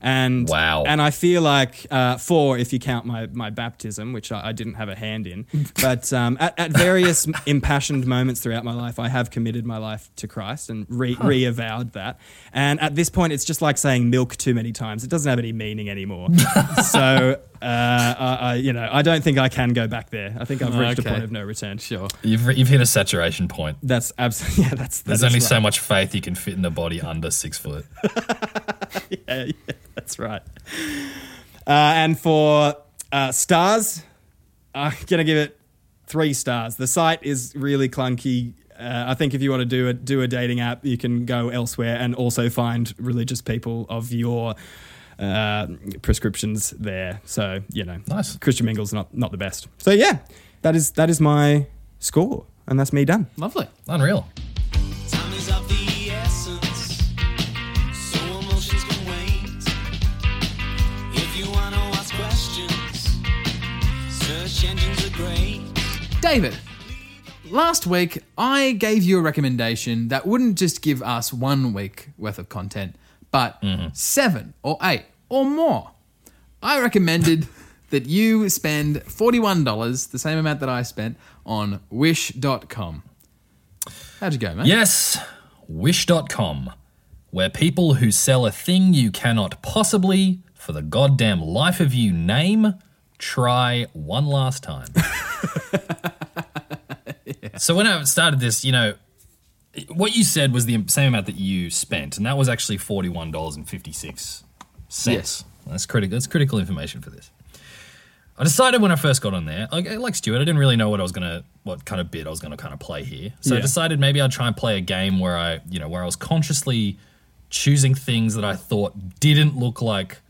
[SPEAKER 1] and
[SPEAKER 2] Wow.
[SPEAKER 1] and I feel like uh, four if you count my my baptism, which I, I didn't have a hand in, but um, at, at various impassioned moments throughout my life, I have committed my life to Christ and re re-avowed that, and at this point, it's just like saying milk too many times; it doesn't have any meaning anymore. so. Uh, I, I, you know, I don't think I can go back there. I think I've reached
[SPEAKER 3] Okay.
[SPEAKER 1] a point of no return.
[SPEAKER 3] Sure.
[SPEAKER 2] You've, you've hit a saturation point.
[SPEAKER 1] That's absolutely yeah. That's
[SPEAKER 2] There's
[SPEAKER 1] that is
[SPEAKER 2] only
[SPEAKER 1] right.
[SPEAKER 2] so much faith you can fit in the body under six foot.
[SPEAKER 1] yeah, yeah, that's right. Uh, and for uh, stars, I'm gonna give it three stars. The site is really clunky. Uh, I think if you want to do a do a dating app, you can go elsewhere and also find religious people of your uh, prescriptions there. So you know,
[SPEAKER 2] Nice.
[SPEAKER 1] Christian Mingle's not not the best. So yeah, that is that is my score, and that's me done.
[SPEAKER 3] Lovely.
[SPEAKER 2] Unreal.
[SPEAKER 4] Time is of the essence, so emotions can wait. If you wanna ask questions, search engines are great.
[SPEAKER 3] David, last week I gave you a recommendation that wouldn't just give us one week worth of content, but seven or eight or more. I recommended that you spend $41, the same amount that I spent, on wish.com. How'd you go, mate?
[SPEAKER 2] Yes, wish.com, where people who sell a thing you cannot possibly, for the goddamn life of you, name, try one last time. So when I started this, you know, what you said was the same amount that you spent, and that was actually forty-one dollars and fifty-six cents.
[SPEAKER 3] Yes.
[SPEAKER 2] that's critical. That's critical information for this. I decided when I first got on there, like, like Stuart, I didn't really know what I was gonna, what kind of bit I was gonna kind of play here. So I
[SPEAKER 1] Yeah.
[SPEAKER 2] decided maybe I'd try and play a game where I, you know, where I was consciously choosing things that I thought didn't look like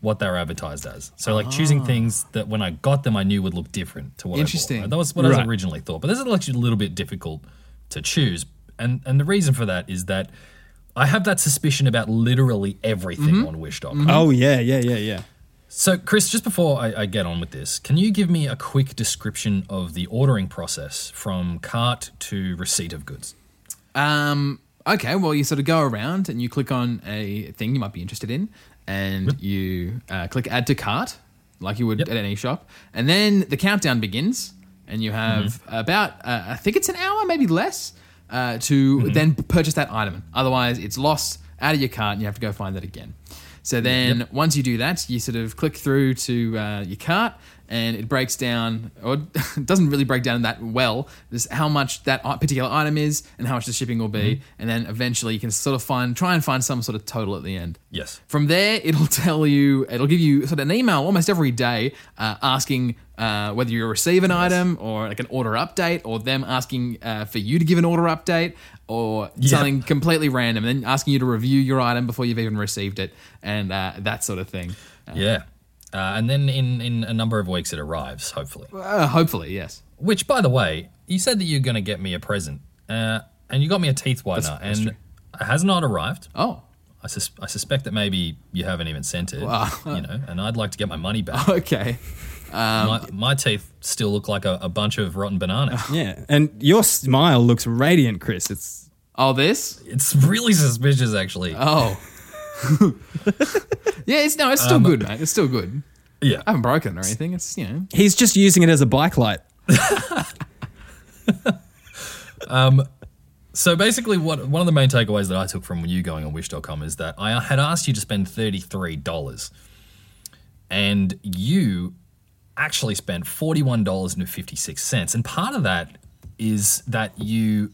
[SPEAKER 2] what they were advertised as. So like choosing
[SPEAKER 1] Ah.
[SPEAKER 2] things that when I got them, I knew would look different to what. I bought.
[SPEAKER 3] Interesting.
[SPEAKER 2] That was what I
[SPEAKER 1] Right.
[SPEAKER 2] was originally thought, but this is actually a little bit difficult to choose. And and the reason for that is that I have that suspicion about literally everything on Wish.com.
[SPEAKER 1] Oh yeah, yeah, yeah, yeah.
[SPEAKER 2] So, Chris, just before I, I get on with this, can you give me a quick description of the ordering process from cart to receipt of goods?
[SPEAKER 3] Um, okay, well, you sort of go around and you click on a thing you might be interested in, and you uh, click add to cart, like you would
[SPEAKER 2] Yep.
[SPEAKER 3] at any shop. And then the countdown begins, and you have about, uh, I think it's an hour, maybe less, uh, to then purchase that item. Otherwise, it's lost out of your cart and you have to go find it again. So then once you do that, you sort of click through to uh, your cart and it breaks down, or it doesn't really break down that well, just how much that i- particular item is and how much the shipping will be, and then eventually you can sort of find, try and find some sort of total at the end.
[SPEAKER 2] Yes.
[SPEAKER 3] From there, it'll tell you, it'll give you sort of an email almost every day uh, asking uh, whether you receive an item or like an order update, or them asking uh, for you to give an order update, or something completely random, and then asking you to review your item before you've even received it, and uh, that sort of thing.
[SPEAKER 2] Yeah. Uh, and then in, in a number of weeks, it arrives, hopefully.
[SPEAKER 3] Uh, hopefully, yes.
[SPEAKER 2] Which, by the way, you said that you're going to get me a present, uh, and you got me a teeth whitener,
[SPEAKER 3] that's
[SPEAKER 2] and
[SPEAKER 3] true.
[SPEAKER 2] it has not arrived.
[SPEAKER 3] Oh,
[SPEAKER 2] I, sus- I suspect that maybe you haven't even sent it.
[SPEAKER 3] Wow.
[SPEAKER 2] You know, and I'd like to get my money back.
[SPEAKER 3] okay. Um,
[SPEAKER 2] my, my teeth still look like a, a bunch of rotten bananas.
[SPEAKER 1] Yeah, and your smile looks radiant, Chris. It's
[SPEAKER 3] Oh, this?
[SPEAKER 2] it's really suspicious, actually.
[SPEAKER 3] Oh. yeah, it's no, it's still good, mate. It's still good.
[SPEAKER 2] yeah.
[SPEAKER 3] I haven't broken or anything. It's you know.
[SPEAKER 1] he's just using it as a bike light.
[SPEAKER 2] So basically, what one of the main takeaways that I took from you going on Wish.com is that I had asked you to spend thirty three dollars, and you actually spent forty one dollars and fifty six cents. And part of that is that you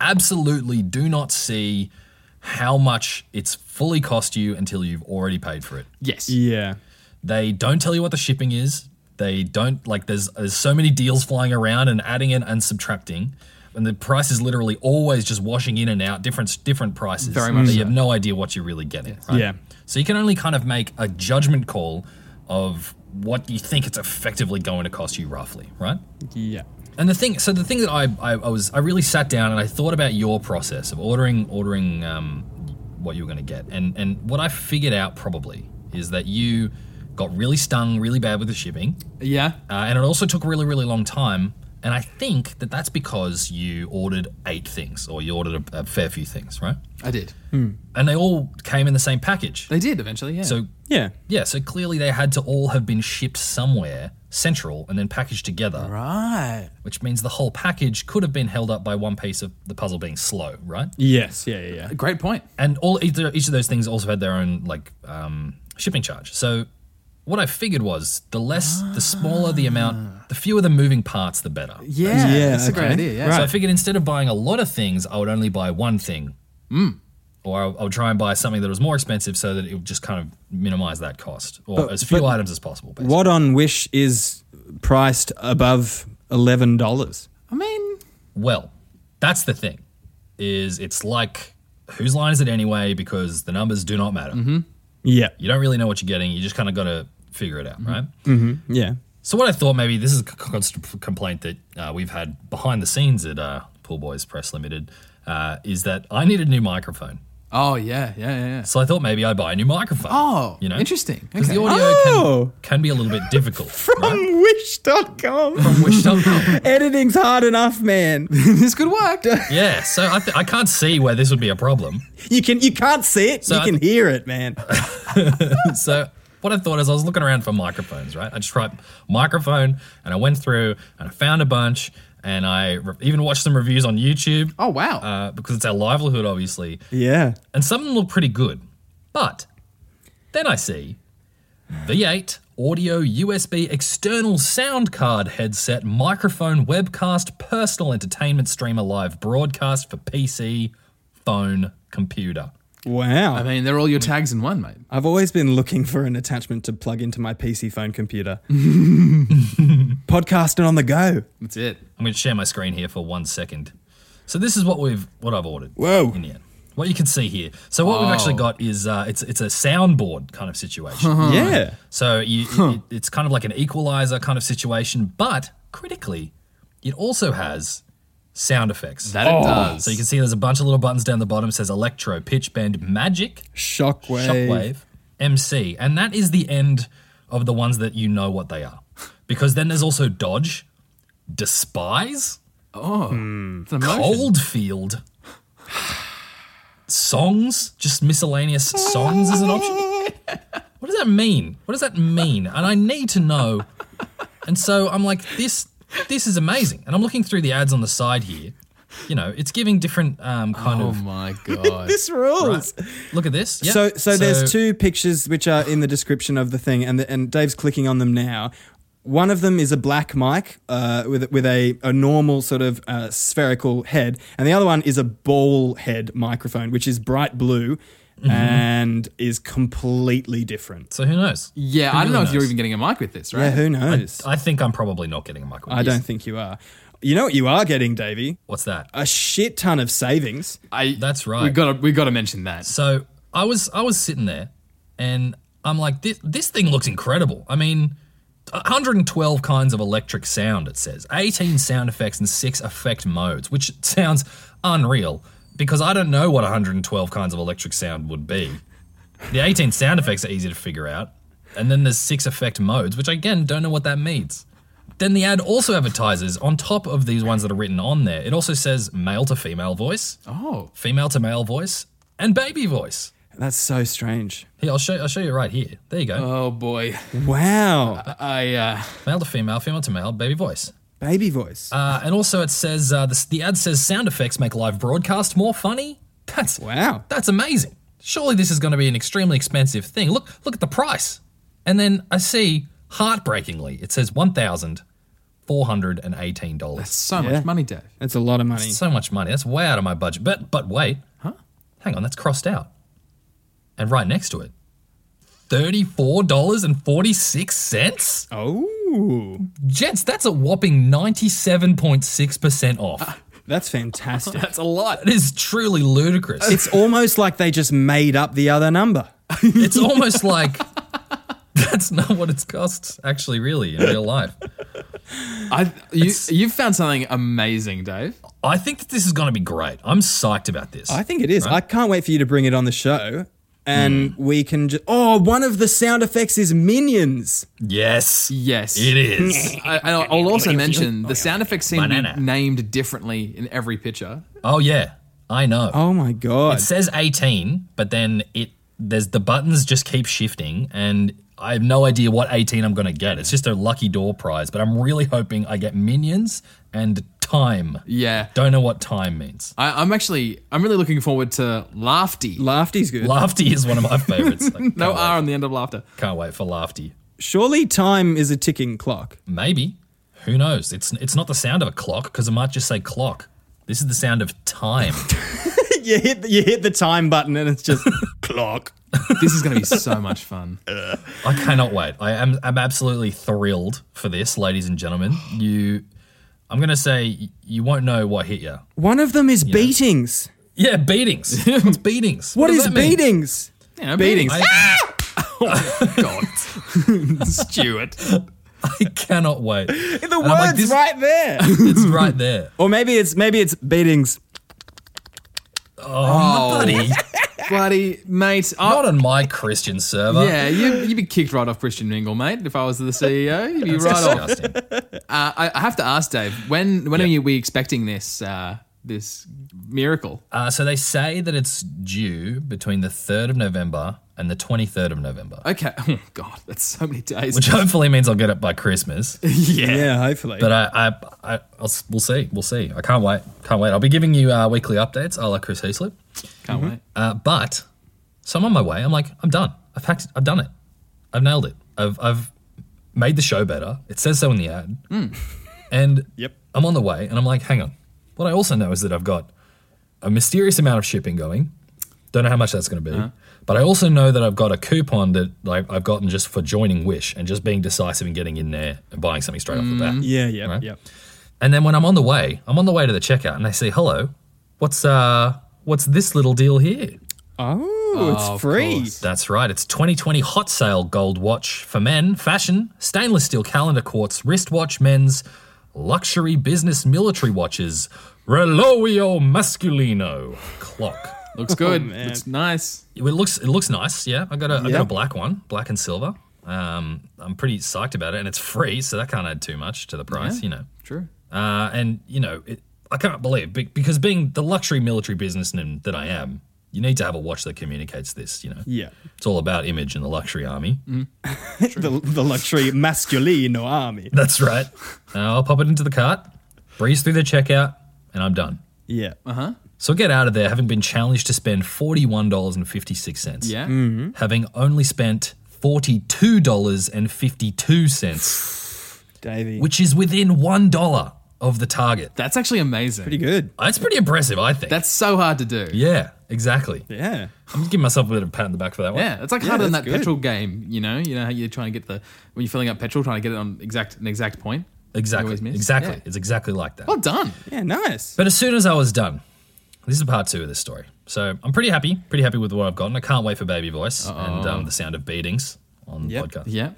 [SPEAKER 2] absolutely do not see how much it's fully cost you until you've already paid for it.
[SPEAKER 3] Yes.
[SPEAKER 1] Yeah,
[SPEAKER 2] They don't tell you what the shipping is. They don't like there's there's so many deals flying around and adding in and subtracting. And the price is literally always just washing in and out different different prices.
[SPEAKER 3] Very much
[SPEAKER 2] that
[SPEAKER 3] so.
[SPEAKER 2] You have no idea what you're really getting. Right?
[SPEAKER 1] Yeah.
[SPEAKER 2] So you can only kind of make a judgment call of what you think it's effectively going to cost you roughly, right?
[SPEAKER 1] yeah,
[SPEAKER 2] And the thing, so the thing that I, I, I was, I really sat down and I thought about your process of ordering, ordering um, what you were going to get, and and what I figured out probably is that you got really stung really bad with the shipping,
[SPEAKER 3] Yeah.
[SPEAKER 2] uh, and it also took a really really long time. And I think that that's because you ordered eight things, or you ordered a, a fair few things, right?
[SPEAKER 3] I did.
[SPEAKER 2] And they all came in the same package.
[SPEAKER 3] They did eventually, yeah.
[SPEAKER 2] So
[SPEAKER 1] yeah.
[SPEAKER 2] yeah, so clearly they had to all have been shipped somewhere central and then packaged together
[SPEAKER 3] right.
[SPEAKER 2] which means the whole package could have been held up by one piece of the puzzle being slow, right?
[SPEAKER 1] Yes, yeah, yeah, yeah.
[SPEAKER 3] Great point.
[SPEAKER 2] And all each of each of those things also had their own like um, shipping charge. So what I figured was the less, the smaller the amount, the fewer the moving parts, the better.
[SPEAKER 3] Yeah.
[SPEAKER 1] Yeah,
[SPEAKER 3] That's a great
[SPEAKER 1] okay.
[SPEAKER 3] idea, yeah.
[SPEAKER 2] So I figured instead of buying a lot of things, I would only buy one thing. Or I I would try and buy something that was more expensive so that it would just kind of minimize that cost or as few
[SPEAKER 1] but
[SPEAKER 2] items as possible. Basically.
[SPEAKER 1] What on Wish is priced above eleven dollars?
[SPEAKER 3] I mean
[SPEAKER 2] Well, that's the thing. Is it's like whose line is it anyway? Because the numbers do not matter.
[SPEAKER 3] Mm-hmm.
[SPEAKER 1] Yeah,
[SPEAKER 2] You don't really know what you're getting. You just kind of got to figure it out,
[SPEAKER 3] Mm-hmm.
[SPEAKER 2] right?
[SPEAKER 1] yeah.
[SPEAKER 2] So what I thought maybe this is a c- constant complaint that uh, we've had behind the scenes at uh, Pool Boys Press Limited uh, is that I need a new microphone.
[SPEAKER 3] Oh yeah, yeah, yeah, yeah.
[SPEAKER 2] So I thought maybe I'd buy a new microphone.
[SPEAKER 3] Oh, interesting.
[SPEAKER 2] Because the
[SPEAKER 3] Okay.
[SPEAKER 2] audio
[SPEAKER 1] Oh.
[SPEAKER 2] can, can be a little bit difficult. right?
[SPEAKER 1] From Wish.com.
[SPEAKER 2] Which don't-
[SPEAKER 1] Editing's hard enough, man.
[SPEAKER 3] this could work.
[SPEAKER 2] yeah, so I, th- I can't see where this would be a problem.
[SPEAKER 1] You can you can't see it, you
[SPEAKER 2] I-
[SPEAKER 1] can hear it, man.
[SPEAKER 2] So what I thought is I was looking around for microphones, right? I just typed microphone and I went through and I found a bunch and I re- even watched some reviews on YouTube.
[SPEAKER 3] Oh wow.
[SPEAKER 2] Uh, because it's our livelihood, obviously.
[SPEAKER 1] Yeah.
[SPEAKER 2] And some of them look pretty good. But then I see V8 audio USB external sound card headset microphone webcast personal entertainment streamer live broadcast for PC, phone, computer.
[SPEAKER 1] Wow.
[SPEAKER 3] I mean, they're all your tags in one, mate.
[SPEAKER 1] I've always been looking for an attachment to plug into my PC phone computer. Podcasting on the go.
[SPEAKER 3] That's it.
[SPEAKER 2] I'm going to share my screen here for one second. So this is what we've what I've ordered.
[SPEAKER 1] Whoa.
[SPEAKER 2] In the end. What you can see here. So what we've
[SPEAKER 3] Wow.
[SPEAKER 2] actually got is uh, it's it's a soundboard kind of
[SPEAKER 1] Uh-huh.
[SPEAKER 2] situation.
[SPEAKER 1] Yeah.
[SPEAKER 2] so you, it, it's kind of like an equalizer kind of situation, but critically, it also has sound effects.
[SPEAKER 3] That it does.
[SPEAKER 2] so you can see there's a bunch of little buttons down the bottom. It says electro, pitch bend, magic,
[SPEAKER 1] Shockwave.
[SPEAKER 2] Shockwave, MC, and that is the end of the ones that you know what they are. Because then there's also Dodge, Despise,
[SPEAKER 3] It's an emotion.
[SPEAKER 2] Coldfield, Songs, just miscellaneous songs as an option. What does that mean? What does that mean? And I need to know. And so I'm like, this, this is amazing. And I'm looking through the ads on the side here. You know, it's giving different um, kind
[SPEAKER 3] Oh
[SPEAKER 2] of.
[SPEAKER 3] my god.
[SPEAKER 1] This rules.
[SPEAKER 2] Look at this. Yep.
[SPEAKER 1] So, so there's two pictures which are in the description of the thing, and the, and Dave's clicking on them now. One of them is a black mic uh, with with a, a normal sort of uh, spherical head, and the other one is a ball head microphone, which is bright blue
[SPEAKER 2] Mm-hmm.
[SPEAKER 1] and is completely different.
[SPEAKER 2] So who knows?
[SPEAKER 3] Yeah,
[SPEAKER 2] Who
[SPEAKER 3] I don't know
[SPEAKER 2] really
[SPEAKER 3] if you're
[SPEAKER 2] knows?
[SPEAKER 3] even getting a mic with this, right?
[SPEAKER 1] Yeah, who
[SPEAKER 2] I,
[SPEAKER 1] knows? I,
[SPEAKER 2] I think I'm probably not getting a micro.
[SPEAKER 1] don't think you are. You know what you are getting, Davey?
[SPEAKER 2] What's that?
[SPEAKER 1] A shit ton of savings.
[SPEAKER 3] I,
[SPEAKER 2] That's right.
[SPEAKER 3] We got to we got to mention that.
[SPEAKER 2] So I was I was sitting there, and I'm like, this this thing looks incredible. I mean, 112 kinds of electric sound. It says 18 sound effects and six effect modes, which sounds unreal because I don't know what 112 kinds of electric sound would be. The 18 sound effects are easy to figure out, and then there's six effect modes, which I, again don't know what that means. Then the ad also advertises on top of these ones that are written on there. It also says male to female voice,
[SPEAKER 3] Oh,
[SPEAKER 2] female to male voice, and baby voice.
[SPEAKER 1] That's so strange.
[SPEAKER 2] Here, I'll show I'll show you right here. There you go.
[SPEAKER 3] oh boy.
[SPEAKER 1] Wow.
[SPEAKER 3] I uh,
[SPEAKER 2] male to female, female to male, baby voice.
[SPEAKER 1] Baby voice.
[SPEAKER 2] Uh, and also, it says uh, the, the ad says sound effects make live broadcast more funny. That's
[SPEAKER 1] Wow.
[SPEAKER 2] That's amazing. Surely this is going to be an extremely expensive thing. Look, look at the price. And then I see, heartbreakingly, it says one thousand four hundred and eighteen dollars.
[SPEAKER 3] so
[SPEAKER 1] Yeah.
[SPEAKER 3] much money, Dave.
[SPEAKER 1] That's a lot of money.
[SPEAKER 2] So much money. That's way out of my budget. But but wait, huh? Hang on, that's crossed out. And right next to it, thirty-four dollars and forty-six cents.
[SPEAKER 1] Oh,
[SPEAKER 2] Gents, that's a whopping 97.6% off.
[SPEAKER 1] that's fantastic.
[SPEAKER 3] That's a lot.
[SPEAKER 2] That is truly ludicrous.
[SPEAKER 1] it's almost like they just made up the other number.
[SPEAKER 2] It's almost like that's not what it's cost, actually, really, in real life.
[SPEAKER 3] I you you've found something amazing, Dave.
[SPEAKER 2] I think that this is going to be great. I'm psyched about this.
[SPEAKER 1] I think it is. I can't wait for you to bring it on the show. And
[SPEAKER 2] Hmm.
[SPEAKER 1] we can just. Oh, one of the sound effects is minions.
[SPEAKER 2] yes.
[SPEAKER 3] Yes,
[SPEAKER 2] It is.
[SPEAKER 3] I, I'll I'll also mention the sound effects seem to
[SPEAKER 2] Banana.
[SPEAKER 3] be named differently in every picture.
[SPEAKER 2] oh, yeah. I know.
[SPEAKER 1] Oh my God.
[SPEAKER 2] It says 18, but then it there's the buttons just keep shifting and I have no idea what 18 I'm going to get. It's just a lucky door prize, but I'm really hoping I get minions and time.
[SPEAKER 3] Yeah,
[SPEAKER 2] Don't know what time means.
[SPEAKER 3] I, I'm actually I'm really looking forward to Lafty.
[SPEAKER 1] Lafty's good.
[SPEAKER 2] Lafty is one of my favorites. I
[SPEAKER 3] no
[SPEAKER 2] can't
[SPEAKER 3] R on the end of laughter.
[SPEAKER 2] Wait, can't wait for Lafty.
[SPEAKER 1] Surely time is a ticking clock.
[SPEAKER 2] Maybe. Who knows? It's it's not the sound of a clock because it might just say clock. This is the sound of time.
[SPEAKER 1] you, hit the, you hit the time button and it's just clock.
[SPEAKER 3] This is going to be so much fun.
[SPEAKER 2] I cannot wait. I am I'm absolutely thrilled for this, ladies and gentlemen. You, I'm gonna say y- you won't know what hit you.
[SPEAKER 1] One of them is beatings.
[SPEAKER 2] Yeah, beatings. What's beatings?
[SPEAKER 1] What
[SPEAKER 2] does
[SPEAKER 1] is
[SPEAKER 2] that mean?
[SPEAKER 1] beatings?
[SPEAKER 3] Yeah,
[SPEAKER 1] Beatings.
[SPEAKER 2] I,
[SPEAKER 3] God, Stuart.
[SPEAKER 2] I cannot wait.
[SPEAKER 1] The
[SPEAKER 2] I'm
[SPEAKER 1] word's
[SPEAKER 2] like, this-
[SPEAKER 1] right there.
[SPEAKER 2] It's right there.
[SPEAKER 1] or maybe it's maybe it's beatings.
[SPEAKER 2] Oh, Buddy,
[SPEAKER 3] Bloody mate. I-
[SPEAKER 2] not on my Christian server.
[SPEAKER 3] yeah, you, you'd be kicked right off Christian Mingle, mate. If I was the CEO, you'd be
[SPEAKER 2] It's
[SPEAKER 3] right off.
[SPEAKER 2] disgusting.
[SPEAKER 3] Uh, I, I have to ask Dave, when when
[SPEAKER 2] Yep.
[SPEAKER 3] are you, we expecting this uh, this miracle?
[SPEAKER 2] Uh, so they say that it's due between the 3rd of November and the 23rd of November,
[SPEAKER 3] Okay. Oh God, that's so many days.
[SPEAKER 2] which hopefully means I'll get it by Christmas.
[SPEAKER 1] Yeah, hopefully.
[SPEAKER 2] But I, I, I I'll, s- we'll see. We'll see. I can't wait. Can't wait. I'll be giving you uh, weekly updates a la Chris Heaslip.
[SPEAKER 3] Can't wait.
[SPEAKER 2] Uh, but so I'm on my way. I'm like, I'm done. I've hacked. I've done it. I've nailed it. I've, I've made the show better. It says so in the ad. And
[SPEAKER 1] Yep.
[SPEAKER 2] I'm on the way, and I'm like, hang on. What I also know is that I've got a mysterious amount of shipping going. Don't know how much that's going to be, but I also know that I've got a coupon that like, I've gotten just for joining Wish and just being decisive and getting in there and buying something straight off the bat.
[SPEAKER 1] yeah, yeah,
[SPEAKER 2] Right?
[SPEAKER 1] yeah.
[SPEAKER 2] And then when I'm on the way, I'm on the way to the checkout, and they say, "Hello, what's uh, what's this little deal here?"
[SPEAKER 1] Oh,
[SPEAKER 3] of
[SPEAKER 1] it's free.
[SPEAKER 3] course.
[SPEAKER 2] That's right. It's 2020 hot sale gold watch for men, fashion, stainless steel calendar quartz, wristwatch, men's, luxury business military watches, Relojio Masculino clock.
[SPEAKER 3] Looks good.
[SPEAKER 1] man.
[SPEAKER 3] Looks nice.
[SPEAKER 2] It looks it looks nice. Yeah, I got a I got
[SPEAKER 1] Yeah.
[SPEAKER 2] a black one, black and silver. Um, I'm pretty psyched about it, and it's free, so that can't add too much to the price,
[SPEAKER 3] Yeah.
[SPEAKER 2] you know.
[SPEAKER 3] True.
[SPEAKER 2] Uh, and you know, it, I can't believe be- because being the luxury military businessman that I am, you need to have a watch that communicates this. You know,
[SPEAKER 1] Yeah.
[SPEAKER 2] it's all about image and the luxury army.
[SPEAKER 3] Mm.
[SPEAKER 1] The, the luxury masculino army.
[SPEAKER 2] That's right. Uh, I'll pop it into the cart, breeze through the checkout, and I'm done.
[SPEAKER 1] Yeah.
[SPEAKER 2] So I get out of there having been challenged to spend forty-one dollars and fifty-six cents.
[SPEAKER 3] Yeah.
[SPEAKER 2] having only spent forty-two dollars and fifty-two cents
[SPEAKER 1] Davey.
[SPEAKER 2] which is within $1 of the target.
[SPEAKER 3] That's actually amazing.
[SPEAKER 1] Pretty good.
[SPEAKER 2] That's pretty impressive, I think.
[SPEAKER 3] That's so hard to do. Yeah,
[SPEAKER 2] yeah, exactly.
[SPEAKER 1] Yeah.
[SPEAKER 2] I'm giving myself a bit of a pat on the back for that one.
[SPEAKER 3] it's like harder than that
[SPEAKER 1] that's good.
[SPEAKER 3] petrol game. You know, you know how you're trying to get the when you're filling up petrol, trying to get it on exact an exact point.
[SPEAKER 2] Exactly.
[SPEAKER 3] always miss.
[SPEAKER 2] Exactly.
[SPEAKER 3] Yeah.
[SPEAKER 2] It's exactly like that.
[SPEAKER 3] Well done.
[SPEAKER 1] Yeah, nice.
[SPEAKER 2] But as soon as I was done, this is part two of this story. So I'm pretty happy, pretty happy with what I've gotten. I can't wait for baby voice and um, the sound of beatings on
[SPEAKER 1] Yep.
[SPEAKER 2] the podcast.
[SPEAKER 3] Yeah.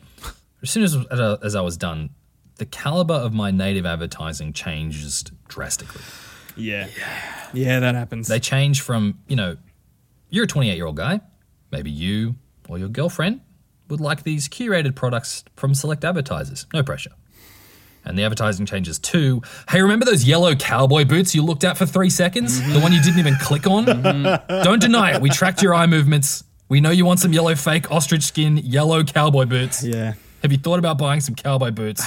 [SPEAKER 2] As soon as as I was done, the caliber of my native advertising changed drastically.
[SPEAKER 1] yeah. Yeah, that happens.
[SPEAKER 2] They change from you know, you're a 28 year old guy, maybe you or your girlfriend would like these curated products from select advertisers. No pressure. And the advertising changes to, hey, remember those yellow cowboy boots you looked at for three seconds? The one you didn't even click on? Don't deny it. We tracked your eye movements. We know you want some yellow fake ostrich skin, yellow cowboy boots.
[SPEAKER 1] yeah.
[SPEAKER 2] Have you thought about buying some cowboy boots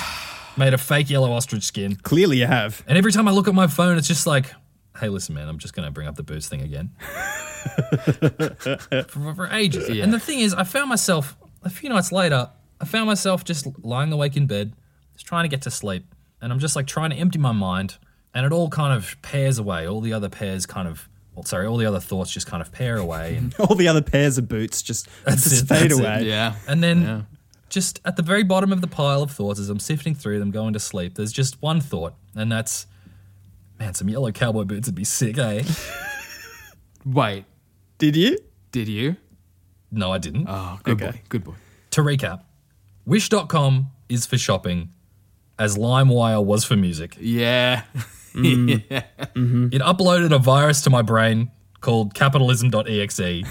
[SPEAKER 2] made of fake yellow ostrich skin?
[SPEAKER 1] Clearly you have.
[SPEAKER 2] And every time I look at my phone, it's just like, hey, listen, man, I'm just going to bring up the boots thing again. for, for ages. And the thing is, I found myself a few nights later, I found myself just lying awake in bed, just trying to get to sleep. And I'm just like trying to empty my mind. And it all kind of pairs away. All the other pairs kind of, well, sorry, all the other thoughts just kind of pair away. And
[SPEAKER 1] All the other pairs of boots just, just
[SPEAKER 2] it,
[SPEAKER 1] fade
[SPEAKER 2] that's it.
[SPEAKER 1] away.
[SPEAKER 3] Yeah.
[SPEAKER 2] And then just at the very bottom of the pile of thoughts as I'm sifting through them, going to sleep, there's just one thought, and that's man, some yellow cowboy boots would be sick, eh?
[SPEAKER 3] Wait.
[SPEAKER 1] Did you?
[SPEAKER 3] Did you?
[SPEAKER 2] no, I didn't.
[SPEAKER 3] Oh, good
[SPEAKER 1] Okay.
[SPEAKER 3] boy. Good boy.
[SPEAKER 2] to recap, wish.com is for shopping as LimeWire was for music.
[SPEAKER 3] Yeah.
[SPEAKER 2] It uploaded a virus to my brain called capitalism.exe. E.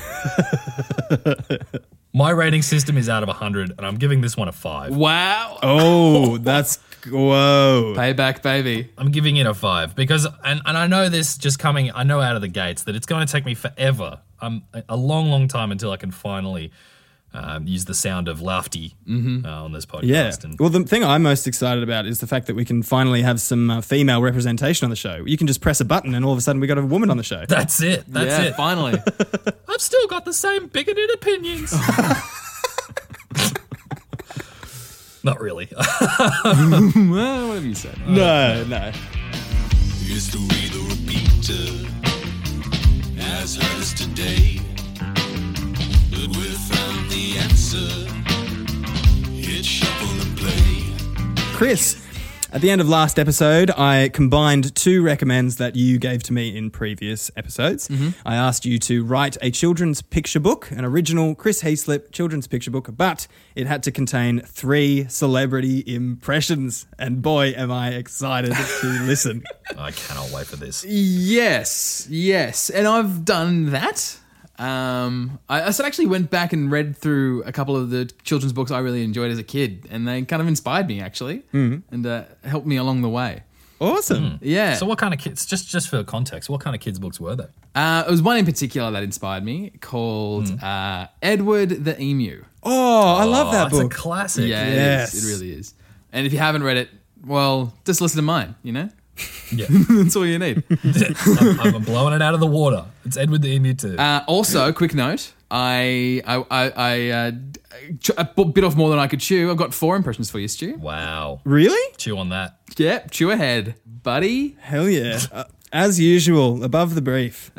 [SPEAKER 2] my rating system is out of 100, and I'm giving this one a 5.
[SPEAKER 3] Wow.
[SPEAKER 1] Oh, that's whoa.
[SPEAKER 3] Payback, baby.
[SPEAKER 2] I'm giving it a five because, and, and I know this just coming, I know out of the gates that it's going to take me forever. Um, a- a long, long time until I can finally um, use the sound of laughter uh, on this podcast.
[SPEAKER 1] Mm-hmm. Yeah.
[SPEAKER 2] And
[SPEAKER 1] Well, the thing I'm most excited about is the fact that we can finally have some uh, female representation on the show. You can just press a button, and all of a sudden we got a woman on the show.
[SPEAKER 2] that's it. That's
[SPEAKER 3] yeah,
[SPEAKER 2] it.
[SPEAKER 3] finally.
[SPEAKER 2] I've still got the same bigoted opinions. Not really.
[SPEAKER 3] well, whatever you said.
[SPEAKER 1] No, no.
[SPEAKER 4] History the repeater has hurt us today. But we found the answer. Hit shuffle and play.
[SPEAKER 1] Chris, at the end of last episode, I combined two recommends that you gave to me in previous episodes.
[SPEAKER 2] Mm-hmm.
[SPEAKER 1] I asked you to write a children's picture book, an original Chris Heaslip children's picture book, but it had to contain three celebrity impressions. And boy, am I excited to listen.
[SPEAKER 2] I cannot wait for this.
[SPEAKER 3] Yes, yes, and I've done that. Um, I, I sort of actually went back and read through a couple of the children's books I really enjoyed as a kid, and they kind of inspired me actually, and uh, helped me along the way.
[SPEAKER 1] Awesome.
[SPEAKER 2] Hmm.
[SPEAKER 3] Yeah.
[SPEAKER 2] So, what kind of kids? Just, just for context, what kind of kids' books were they?
[SPEAKER 3] uh, it was one in particular that inspired me called uh, Edward the Emu.
[SPEAKER 1] Oh, I love that
[SPEAKER 2] That's a
[SPEAKER 1] book.
[SPEAKER 2] classic.
[SPEAKER 3] Yeah, it
[SPEAKER 1] Yes.
[SPEAKER 3] is. It really is. And if you haven't read it, well, just listen to mine. You know,
[SPEAKER 2] yeah.
[SPEAKER 3] that's all you need.
[SPEAKER 2] I'm, I'm blowing it out of the water. It's Edward the Emu too.
[SPEAKER 3] Uh, also, quick note: I I I, I uh, ch- I bu- bit off more than I could chew. I've got four impressions for you, Stu.
[SPEAKER 2] wow.
[SPEAKER 1] really?
[SPEAKER 2] Chew on that.
[SPEAKER 3] Yep, chew ahead, buddy.
[SPEAKER 1] Hell yeah. Uh, as usual, above the brief.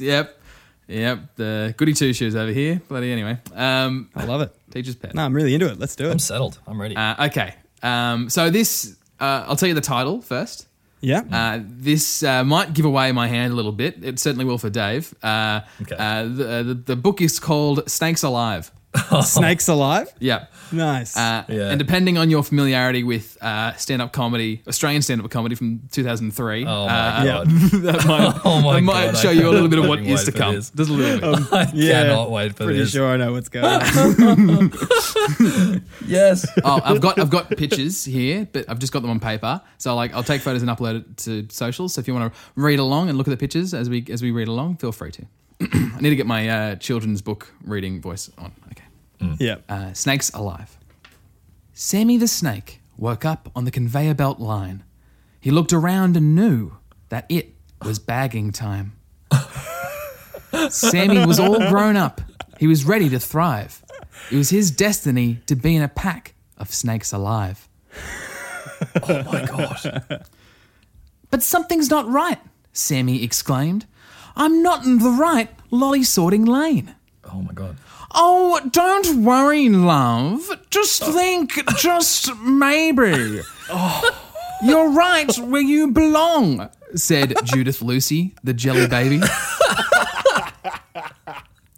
[SPEAKER 3] yep, yep. The goody two shoes over here, bloody anyway. Um,
[SPEAKER 1] I love it.
[SPEAKER 3] teacher's pet.
[SPEAKER 1] No, I'm really into it. Let's do
[SPEAKER 2] I'm
[SPEAKER 1] it.
[SPEAKER 2] settled. I'm ready.
[SPEAKER 3] Uh, okay. Um, so this, uh, I'll tell you the title first.
[SPEAKER 1] Yeah.
[SPEAKER 3] Uh, this uh, might give away my hand a little bit. It certainly will for Dave. Uh,
[SPEAKER 2] Okay.
[SPEAKER 3] uh, the, uh, the, the book is called Snakes Alive.
[SPEAKER 1] Snakes alive.
[SPEAKER 3] Yep.
[SPEAKER 1] Nice.
[SPEAKER 3] Uh,
[SPEAKER 2] Yeah.
[SPEAKER 3] And depending on your familiarity with uh, stand-up comedy, Australian stand-up comedy from 2003,
[SPEAKER 2] oh
[SPEAKER 3] uh,
[SPEAKER 1] yeah.
[SPEAKER 2] my god.
[SPEAKER 3] that might,
[SPEAKER 2] Oh my
[SPEAKER 3] that might
[SPEAKER 2] God, I
[SPEAKER 3] show you a little bit of what
[SPEAKER 2] cannot fucking
[SPEAKER 3] is
[SPEAKER 2] wait
[SPEAKER 3] to
[SPEAKER 2] for
[SPEAKER 3] come.
[SPEAKER 2] this. Um,
[SPEAKER 3] Just a little bit.
[SPEAKER 2] I cannot wait for
[SPEAKER 1] Pretty
[SPEAKER 2] this.
[SPEAKER 1] sure I know what's going on.
[SPEAKER 2] Yes.
[SPEAKER 3] oh, I've got I've got pictures here, but I've just got them on paper. So like I'll take photos and upload it to socials. So if you want to read along and look at the pictures as we as we read along, feel free to. I need to get my uh, children's book reading voice on. Okay.
[SPEAKER 1] yeah.
[SPEAKER 3] Uh, snakes alive. Sammy the snake woke up on the conveyor belt line. He looked around and knew that it was bagging time. Sammy was all grown up. He was ready to thrive. It was his destiny to be in a pack of snakes alive.
[SPEAKER 2] Oh my god.
[SPEAKER 3] But something's not right, Sammy exclaimed. I'm not in the right lolly sorting lane.
[SPEAKER 2] Oh my god.
[SPEAKER 3] Oh, don't worry, love. Just think, just maybe. You're right where you belong, said Judith Lucy, the jelly baby.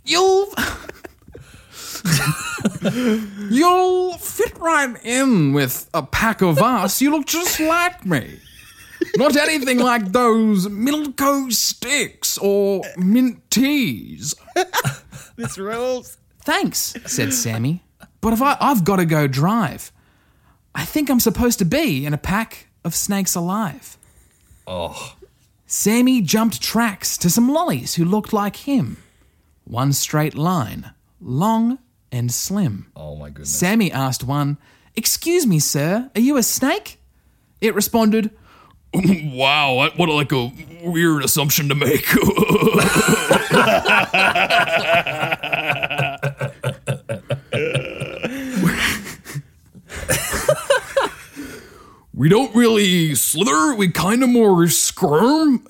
[SPEAKER 3] You'll. You'll fit right in with a pack of us. You look just like me. Not anything like those Milko sticks or mint teas.
[SPEAKER 1] This rules.
[SPEAKER 3] Thanks, said Sammy. But if I, I've got to go drive, I think I'm supposed to be in a pack of snakes alive.
[SPEAKER 2] Oh.
[SPEAKER 3] Sammy jumped tracks to some lollies who looked like him. One straight line, long and slim.
[SPEAKER 2] Oh my goodness.
[SPEAKER 3] Sammy asked one, Excuse me, sir, are you a snake? It responded, Wow, what, what like a weird assumption to make. we don't really slither, we kind of more squirm.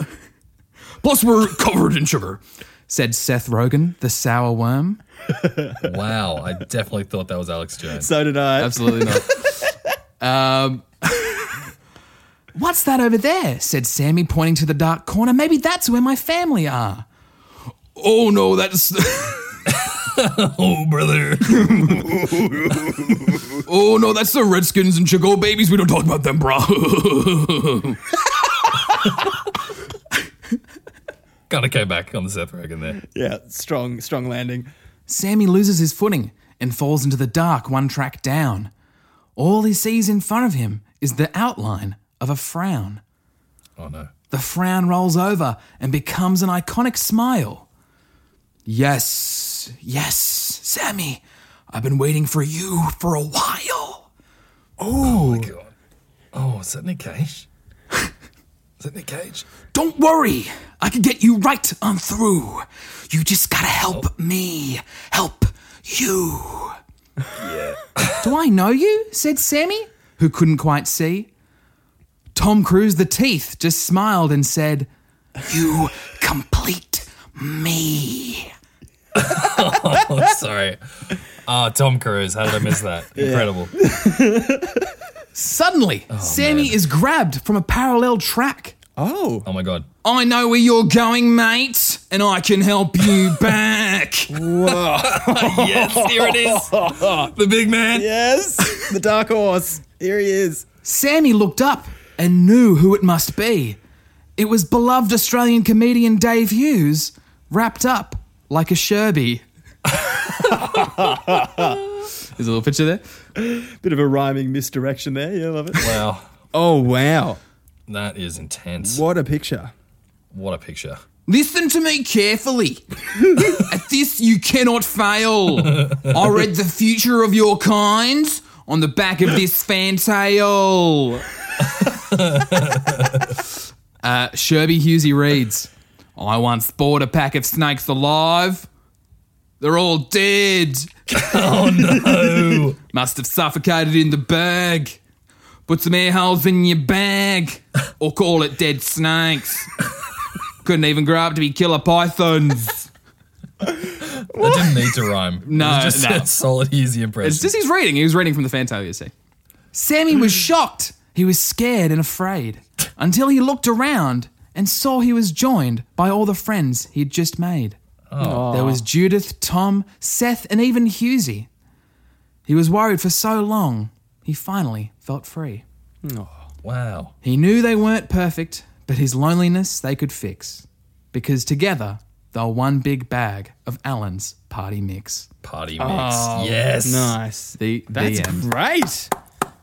[SPEAKER 3] Plus, we're covered in sugar, said Seth Rogen, the sour worm.
[SPEAKER 2] Wow. I definitely thought that was Alex Jones.
[SPEAKER 1] So did I.
[SPEAKER 3] Absolutely not. um, What's that over there? said Sammy, pointing to the dark corner. Maybe that's where my family are. Oh no, that's.
[SPEAKER 2] Oh brother.
[SPEAKER 3] Oh no, that's the Redskins and Chicago babies. We don't talk about them, brah.
[SPEAKER 2] kind of came back on the Seth Rogen there.
[SPEAKER 1] Yeah, strong, strong landing.
[SPEAKER 3] Sammy loses his footing and falls into the dark one track down. All he sees in front of him is the outline of a frown.
[SPEAKER 2] Oh no.
[SPEAKER 3] The frown rolls over and becomes an iconic smile. Yes, yes, Sammy, I've been waiting for you for a while.
[SPEAKER 2] Oh my god. Oh, is that Nick Cage? Is that Nick Cage?
[SPEAKER 3] Don't worry, I can get you right on through. You just gotta help me help you. Yeah. Do I know you? said Sammy, who couldn't quite see. Tom Cruise, the teeth, just smiled and said, You complete me.
[SPEAKER 2] Oh, sorry. Ah, Tom Cruise. How did I miss that? Incredible.
[SPEAKER 3] Suddenly, Sammy
[SPEAKER 2] man.
[SPEAKER 3] is grabbed from a parallel track.
[SPEAKER 1] Oh,
[SPEAKER 2] Oh my god.
[SPEAKER 3] I know where you're going, mate, and I can help you back.
[SPEAKER 2] Yes, here it is. The big man.
[SPEAKER 1] yes, the dark horse. Here he is.
[SPEAKER 3] Sammy looked up and knew who it must be. It was beloved Australian comedian Dave Hughes, wrapped up like a Sherby. There's a little picture there.
[SPEAKER 1] Bit of a rhyming misdirection there. Yeah, love it.
[SPEAKER 2] Wow.
[SPEAKER 1] Oh wow,
[SPEAKER 2] That is intense.
[SPEAKER 1] what a picture.
[SPEAKER 2] What a picture.
[SPEAKER 3] Listen to me carefully. At this, you cannot fail. I read the future of your kind on the back of this fantail. uh, Sherby Hughesy reads I once bought a pack of snakes alive. They're all dead. Oh no. Must have suffocated in the bag. Put some air holes in your bag, or call it dead snakes. Couldn't even grow up to be killer pythons.
[SPEAKER 2] That didn't need to rhyme.
[SPEAKER 3] No,
[SPEAKER 2] it was just
[SPEAKER 3] no.
[SPEAKER 2] a solid, easy impression.
[SPEAKER 3] It's just he's reading. He was reading from the Fantail, you see. Sammy was shocked. He was scared and afraid until he looked around and saw he was joined by all the friends he'd just made. There was Judith, Tom, Seth, and even Husey. He was worried for so long, he finally felt free.
[SPEAKER 2] wow.
[SPEAKER 3] He knew they weren't perfect, but his loneliness they could fix. Because together, they're one big bag of Alan's party mix.
[SPEAKER 2] Party mix. yes.
[SPEAKER 1] Nice.
[SPEAKER 3] The, the
[SPEAKER 1] That's
[SPEAKER 3] end.
[SPEAKER 1] great.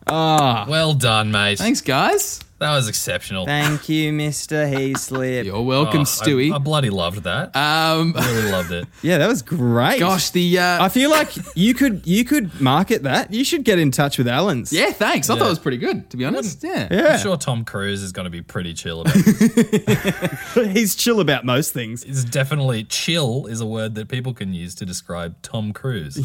[SPEAKER 2] Well done, mate.
[SPEAKER 3] Thanks, guys.
[SPEAKER 2] That was exceptional.
[SPEAKER 1] Thank you, Mr. Heaslip.
[SPEAKER 3] You're welcome,
[SPEAKER 2] Oh,
[SPEAKER 3] Stewie.
[SPEAKER 2] I, I bloody loved that.
[SPEAKER 3] um,
[SPEAKER 2] really loved it.
[SPEAKER 1] Yeah, that was great.
[SPEAKER 3] gosh, the uh,
[SPEAKER 1] I feel like you could you could market that. You should get in touch with Allen's.
[SPEAKER 3] yeah, thanks. I thought
[SPEAKER 2] Yeah.
[SPEAKER 3] it was pretty good, to be honest. Yeah.
[SPEAKER 1] Yeah.
[SPEAKER 2] I'm sure Tom Cruise is going to be pretty chill about it.
[SPEAKER 1] He's chill about most things.
[SPEAKER 2] It's definitely chill is a word that people can use to describe Tom Cruise.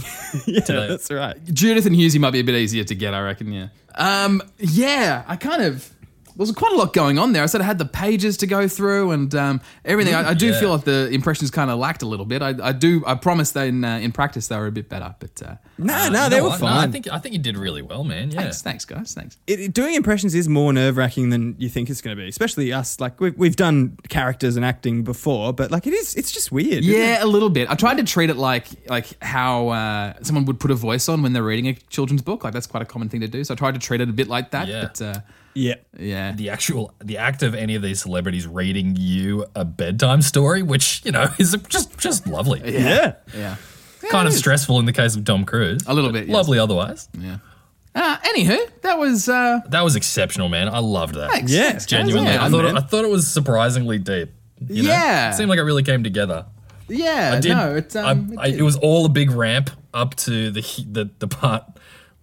[SPEAKER 1] Yeah,
[SPEAKER 2] Today.
[SPEAKER 1] that's right.
[SPEAKER 3] Judith and Husey might be a bit easier to get, I reckon. Yeah. Um, yeah, I kind of. There was quite a lot going on there. I said I had the pages to go through and um, everything. I, I do
[SPEAKER 2] Yeah.
[SPEAKER 3] feel like the impressions kind of lacked a little bit. I, I do. I promise they in, uh, in practice they were a bit better. But uh,
[SPEAKER 1] No,
[SPEAKER 2] Uh,
[SPEAKER 1] no,
[SPEAKER 2] you
[SPEAKER 1] they
[SPEAKER 2] know
[SPEAKER 1] were
[SPEAKER 2] what? No,
[SPEAKER 1] fine.
[SPEAKER 2] I think I think he did really well, man. Yeah.
[SPEAKER 3] thanks, thanks, guys, thanks.
[SPEAKER 1] it, it- doing impressions is more nerve wracking than you think it's going to be, especially us. Like we've we've done characters and acting before, but like it is, it's just weird. isn't it?
[SPEAKER 3] Yeah, a little bit. I tried to treat it like like how uh, someone would put a voice on when they're reading a children's book. Like that's quite a common thing to do. So I tried to treat it a bit like that.
[SPEAKER 2] Yeah.
[SPEAKER 3] But uh,
[SPEAKER 1] yeah.
[SPEAKER 3] yeah,
[SPEAKER 2] The actual the act of any of these celebrities reading you a bedtime story, which you know is just just lovely.
[SPEAKER 1] Yeah.
[SPEAKER 3] yeah,
[SPEAKER 2] kind of stressful in the case of Tom Cruise.
[SPEAKER 3] A little
[SPEAKER 2] but
[SPEAKER 3] bit, yes.
[SPEAKER 2] Lovely otherwise.
[SPEAKER 3] Uh, anywho, that was uh,
[SPEAKER 2] That was exceptional, man. I loved that.
[SPEAKER 3] thanks.
[SPEAKER 1] Yeah,
[SPEAKER 3] Thanks, guys.
[SPEAKER 2] Genuinely,
[SPEAKER 3] Yeah,
[SPEAKER 2] I thought
[SPEAKER 1] man.
[SPEAKER 2] it, I thought it was surprisingly deep. you know?
[SPEAKER 3] Yeah.
[SPEAKER 2] it seemed like it really came together.
[SPEAKER 3] yeah.
[SPEAKER 2] I did.
[SPEAKER 3] no, it's um,
[SPEAKER 2] I, I, it was all a big ramp up to the hu- the, the part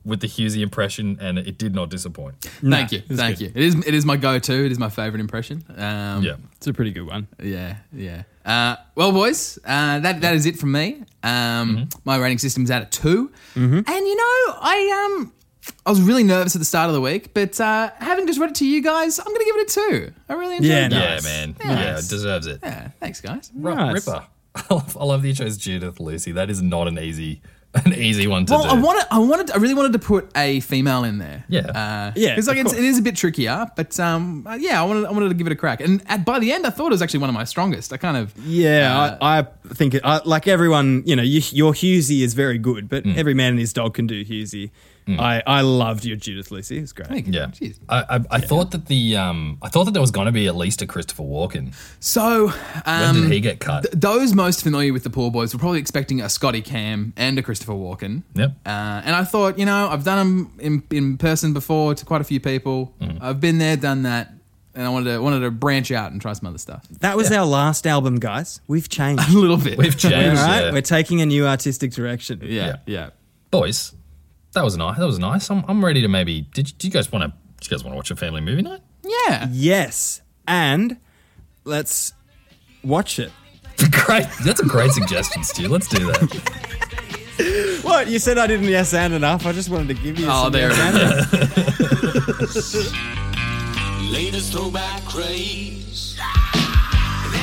[SPEAKER 2] with the Husey impression, and it did not disappoint.
[SPEAKER 3] Thank you, thank you. It is it is my go-to. It is my favorite impression. Um,
[SPEAKER 2] Yeah,
[SPEAKER 1] It's a pretty good one.
[SPEAKER 3] yeah, yeah. Uh, well, boys, uh, that that is it from me. Um,
[SPEAKER 1] Mm-hmm.
[SPEAKER 3] My rating system's out of 2 and you know, I um, I was really nervous at the start of the week, but uh, having just read it to you guys, I'm gonna give it a two. I really enjoyed
[SPEAKER 1] Yeah,
[SPEAKER 3] it.
[SPEAKER 1] no.
[SPEAKER 2] yeah,
[SPEAKER 1] Nice.
[SPEAKER 2] man,
[SPEAKER 3] Nice.
[SPEAKER 2] yeah, it deserves it.
[SPEAKER 3] Yeah, thanks, guys.
[SPEAKER 2] Ru-
[SPEAKER 1] Nice.
[SPEAKER 2] Ripper, I love, I love that you chose Judith Lucy. That is not an easy an easy one to
[SPEAKER 3] Well,
[SPEAKER 2] do.
[SPEAKER 3] I wanted, I wanted, I really wanted to put a female in there.
[SPEAKER 2] Yeah.
[SPEAKER 3] uh,
[SPEAKER 1] Yeah,
[SPEAKER 3] It's like
[SPEAKER 1] of
[SPEAKER 3] it's, it
[SPEAKER 1] course.
[SPEAKER 3] is a bit trickier, but um, uh, yeah, I wanted, I wanted to give it a crack, and at, by the end, I thought it was actually one of my strongest. I kind of,
[SPEAKER 1] Yeah, I, I think it, I, like everyone, you know, you, your Husey is very good, but every man and his dog can do Husey. I, I loved your Judith Lucy. It's great.
[SPEAKER 2] yeah,
[SPEAKER 3] Jeez.
[SPEAKER 2] I, I, I thought that the um I thought that there was going to be at least a Christopher Walken.
[SPEAKER 3] So,
[SPEAKER 2] When
[SPEAKER 3] um,
[SPEAKER 2] did he get cut?
[SPEAKER 3] those most familiar with the Poor Boys were probably expecting a Scotty Cam and a Christopher Walken.
[SPEAKER 2] Yep.
[SPEAKER 3] Uh, and I thought, you know, I've done them in, in person before to quite a few people. I've been there, done that, and I wanted to wanted to branch out and try some other stuff.
[SPEAKER 1] That was our last album, guys. We've changed.
[SPEAKER 3] A little bit.
[SPEAKER 2] We've changed.
[SPEAKER 1] All right,
[SPEAKER 2] yeah.
[SPEAKER 1] we're taking a new artistic direction.
[SPEAKER 3] yeah, yeah.
[SPEAKER 2] boys, that was nice. That was nice. I'm, I'm ready to maybe. Did, you- do you guys want to? Do you guys want to watch a family movie night?
[SPEAKER 3] Yeah.
[SPEAKER 1] Yes, and let's watch it.
[SPEAKER 2] great. That's a great suggestion, Stu. Let's do that.
[SPEAKER 1] What you said? I didn't yes and enough. I just wanted to give you.
[SPEAKER 3] Oh,
[SPEAKER 1] some
[SPEAKER 3] there
[SPEAKER 1] yes
[SPEAKER 3] it
[SPEAKER 1] and enough.
[SPEAKER 4] Latest throwback craze.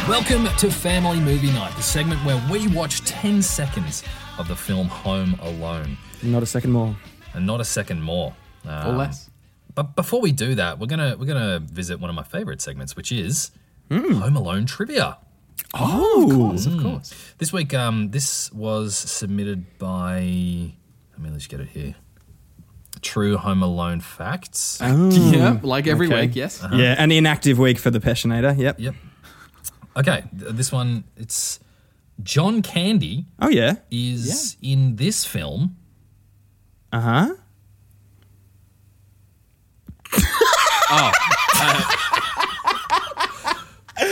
[SPEAKER 2] Welcome to Family Movie Night, the segment where we watch 10 seconds of the film Home Alone
[SPEAKER 1] Not a second more.
[SPEAKER 2] and not a second more.
[SPEAKER 3] Or
[SPEAKER 2] Um,
[SPEAKER 3] less.
[SPEAKER 2] But before we do that, we're gonna we're gonna visit one of my favorite segments, which is
[SPEAKER 3] Hmm.
[SPEAKER 2] Home Alone trivia.
[SPEAKER 1] Oh,
[SPEAKER 3] Of course.
[SPEAKER 2] This week, um, this was submitted by. Let me just get it here. True Home Alone facts.
[SPEAKER 3] Yeah, like every
[SPEAKER 1] okay.
[SPEAKER 3] week, yes.
[SPEAKER 1] yeah, an inactive week for the Peshinator. Yep.
[SPEAKER 2] Yep. Okay, th- this one it's John Candy
[SPEAKER 1] Oh yeah.
[SPEAKER 2] is in this film.
[SPEAKER 1] Uh huh.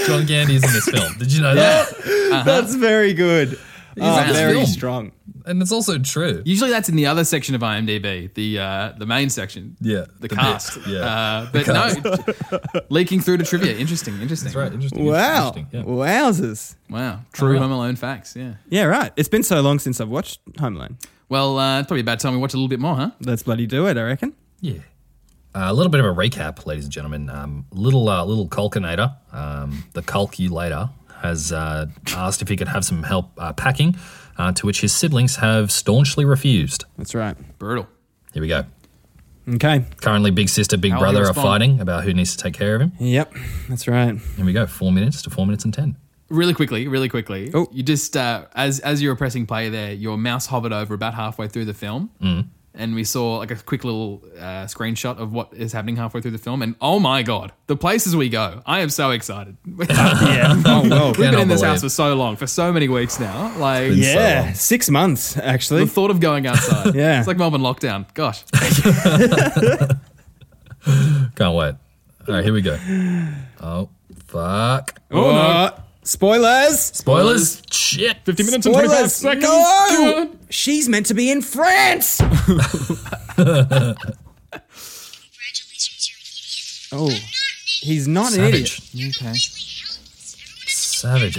[SPEAKER 2] John Candy is in this film. Did you know that?
[SPEAKER 1] That's very good. Oh,
[SPEAKER 2] in this
[SPEAKER 1] very
[SPEAKER 2] film.
[SPEAKER 1] strong.
[SPEAKER 2] And it's also true.
[SPEAKER 3] Usually that's in the other section of IMDb, the uh, the main section.
[SPEAKER 2] Yeah,
[SPEAKER 3] The,
[SPEAKER 2] the
[SPEAKER 3] cast.
[SPEAKER 2] bit, yeah.
[SPEAKER 3] Uh, but no, leaking through to trivia. Interesting, interesting.
[SPEAKER 2] That's right. Interesting.
[SPEAKER 1] Wow.
[SPEAKER 2] Interesting. Yeah.
[SPEAKER 1] Wowzers.
[SPEAKER 3] Wow. True Home Alone facts, yeah.
[SPEAKER 1] Yeah, right. It's been so long since I've watched Home Alone.
[SPEAKER 3] Well, uh, it's probably about time we watch a little bit more, huh?
[SPEAKER 1] Let's bloody do it. I reckon.
[SPEAKER 2] Yeah. Uh, a little bit of a recap, ladies and gentlemen. Um, little uh, little Culkinator, um, the Culculator, has uh, asked if he could have some help uh, packing, uh, to which his siblings have staunchly refused.
[SPEAKER 1] That's right.
[SPEAKER 3] Brutal.
[SPEAKER 2] Here we go.
[SPEAKER 1] Okay.
[SPEAKER 2] Currently, big sister, big
[SPEAKER 3] How will he
[SPEAKER 2] brother are
[SPEAKER 3] respond?
[SPEAKER 2] fighting about who needs to take care of him.
[SPEAKER 1] Yep. That's right.
[SPEAKER 2] Here we go. Four minutes to four minutes and ten.
[SPEAKER 3] Really quickly, really quickly.
[SPEAKER 1] Oh.
[SPEAKER 3] You just uh, as as you were pressing play there, your mouse hovered over about halfway through the film, and we saw like a quick little uh, screenshot of what is happening halfway through the film. And oh my god, the places we go! I am so excited. We've
[SPEAKER 1] Yeah. oh well.
[SPEAKER 3] been in this
[SPEAKER 2] believe-
[SPEAKER 3] house for so long, for so many weeks now. Like
[SPEAKER 2] been
[SPEAKER 1] Yeah.
[SPEAKER 2] So long.
[SPEAKER 1] Six months actually.
[SPEAKER 3] the thought of going outside.
[SPEAKER 1] Yeah.
[SPEAKER 3] it's like Melbourne lockdown. Gosh,
[SPEAKER 2] Can't wait. All right, here we go. Oh, fuck.
[SPEAKER 1] Oh, no. Spoilers!
[SPEAKER 2] Spoilers. Shit.
[SPEAKER 5] 50 minutes and 25
[SPEAKER 1] Spoilers!
[SPEAKER 5] seconds.
[SPEAKER 1] No! She's meant to be in France!
[SPEAKER 6] Congratulations, you're an idiot.
[SPEAKER 1] Oh, he's not an idiot.
[SPEAKER 2] Savage.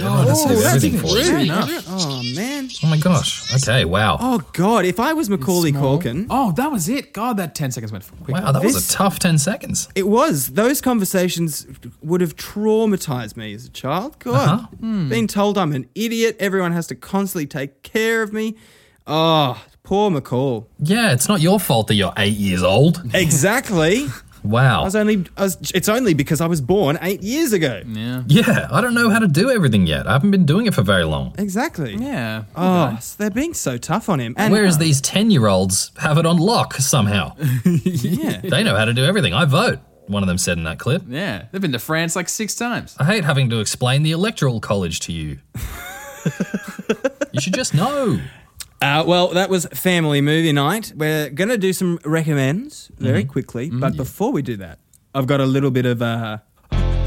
[SPEAKER 3] Okay.
[SPEAKER 2] Savage. Everyone has to
[SPEAKER 1] Oh,
[SPEAKER 2] do
[SPEAKER 1] that's
[SPEAKER 2] everything for you.
[SPEAKER 3] Fair
[SPEAKER 1] Really?
[SPEAKER 3] enough.
[SPEAKER 1] Oh, man.
[SPEAKER 2] Oh my gosh. Okay, wow.
[SPEAKER 1] Oh, God. If I was Macaulay Culkin,
[SPEAKER 3] Oh, that was it. God, that 10 seconds went quick.
[SPEAKER 2] Wow, that was
[SPEAKER 1] This-
[SPEAKER 2] a tough 10 seconds.
[SPEAKER 1] it was. Those conversations would have traumatized me as a child. God.
[SPEAKER 2] Uh-huh.
[SPEAKER 1] Being told I'm an idiot, everyone has to constantly take care of me. Oh, poor McCall.
[SPEAKER 2] Yeah, it's not your fault that you're eight years old.
[SPEAKER 1] Exactly. I
[SPEAKER 2] Wow.
[SPEAKER 1] was only. I was, it's only because I was born eight years ago.
[SPEAKER 3] Yeah.
[SPEAKER 2] Yeah, I don't know how to do everything yet. I haven't been doing it for very long.
[SPEAKER 1] Exactly.
[SPEAKER 3] Yeah.
[SPEAKER 1] Oh, so they're being so tough on him. And uh,
[SPEAKER 2] Whereas these 10 year olds have it on lock somehow.
[SPEAKER 1] yeah,
[SPEAKER 2] they know how to do everything. I vote, one of them said in that clip.
[SPEAKER 3] Yeah. They've been to France like six times.
[SPEAKER 2] I hate having to explain the electoral college to you. you should just know.
[SPEAKER 1] Uh, well, that was family movie night. We're going to do some recommends very
[SPEAKER 2] Mm-hmm.
[SPEAKER 1] quickly, but before we do that, I've got a little bit of uh,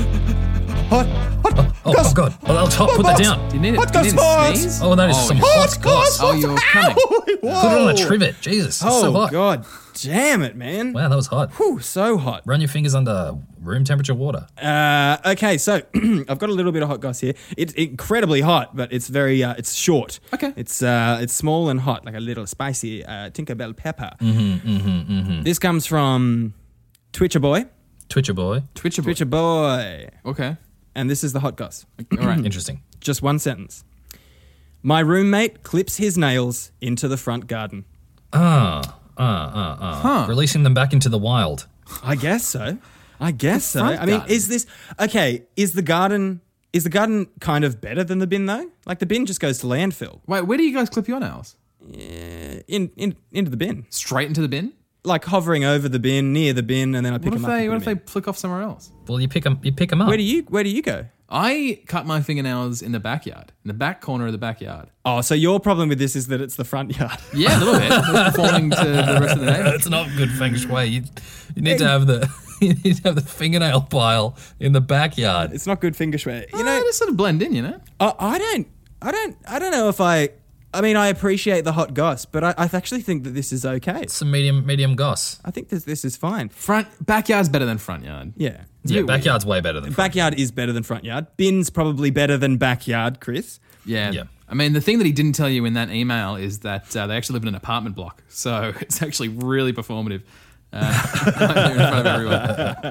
[SPEAKER 1] hot, hot,
[SPEAKER 2] Oh, oh
[SPEAKER 1] goss,
[SPEAKER 2] God. Oh, that'll top. Put that down.
[SPEAKER 3] You need it.
[SPEAKER 1] Hot
[SPEAKER 3] you
[SPEAKER 1] goss
[SPEAKER 3] need
[SPEAKER 1] hot.
[SPEAKER 3] a sneeze?
[SPEAKER 2] Oh, that is some hot goss.
[SPEAKER 3] Oh, you're coming.
[SPEAKER 2] Put it on a trivet. Jesus. it's
[SPEAKER 1] Oh
[SPEAKER 2] so hot.
[SPEAKER 1] God, damn it, man!
[SPEAKER 2] Wow, that was hot.
[SPEAKER 1] Whew, so hot.
[SPEAKER 2] Run your fingers under room temperature water.
[SPEAKER 1] Uh, okay, so I've got a little bit of hot goss here. It's incredibly hot, but it's very uh, it's short.
[SPEAKER 3] Okay.
[SPEAKER 1] it's uh, it's small and hot, like a little spicy uh, Tinkerbell pepper. Mm-hmm, mm-hmm, mm-hmm. This comes from Twitcher boy,
[SPEAKER 2] Twitcher boy.
[SPEAKER 3] Twitcher. boy.
[SPEAKER 1] Twitcher boy,
[SPEAKER 3] Okay.
[SPEAKER 1] and this is the hot goss.
[SPEAKER 3] All right.
[SPEAKER 2] Interesting.
[SPEAKER 1] Just one sentence. My roommate clips his nails into the front garden.
[SPEAKER 2] Ah, ah, ah, ah. Releasing them back into the wild.
[SPEAKER 1] I guess so. I guess so.
[SPEAKER 3] front
[SPEAKER 1] I mean,
[SPEAKER 3] garden.
[SPEAKER 1] is this okay? Is the garden is the garden kind of better than the bin though? Like the bin just goes to landfill.
[SPEAKER 3] Wait, where do you guys clip your nails?
[SPEAKER 1] in, in into the bin,
[SPEAKER 3] Straight into the bin?
[SPEAKER 1] like hovering over the bin, near the bin, and then I pick
[SPEAKER 3] What if
[SPEAKER 1] them up.
[SPEAKER 3] they
[SPEAKER 1] and
[SPEAKER 3] what
[SPEAKER 1] put
[SPEAKER 3] if
[SPEAKER 1] 'em
[SPEAKER 3] they
[SPEAKER 1] in.
[SPEAKER 3] flick off somewhere else?
[SPEAKER 2] Well, you pick them. You pick 'em up.
[SPEAKER 1] Where do you Where do you go?
[SPEAKER 3] I cut my fingernails in the backyard, in the back corner of the backyard.
[SPEAKER 1] Oh, so your problem with this is that it's the front yard.
[SPEAKER 3] Yeah, a little bit. That's falling to the rest of the neighbors.
[SPEAKER 2] That's not good feng shui. You, you need to have the you need to have the fingernail pile in the backyard.
[SPEAKER 1] It's not good finger swear. You
[SPEAKER 3] I
[SPEAKER 1] know,
[SPEAKER 3] just sort of blend in, you know?
[SPEAKER 1] I, I don't, I don't, I don't know if I. I mean, I appreciate the hot goss, but I, I actually think that this is okay.
[SPEAKER 2] Some medium medium goss.
[SPEAKER 1] I think this this is fine.
[SPEAKER 3] Front backyard's better than front yard.
[SPEAKER 1] Yeah.
[SPEAKER 2] Yeah, backyard's way better than front.
[SPEAKER 1] Backyard is better than front yard. Bin's probably better than backyard, Chris.
[SPEAKER 3] Yeah.
[SPEAKER 2] Yeah.
[SPEAKER 3] I mean, the thing that he didn't tell you in that email is that uh, they actually live in an apartment block. So it's actually really performative. Uh, right there in front of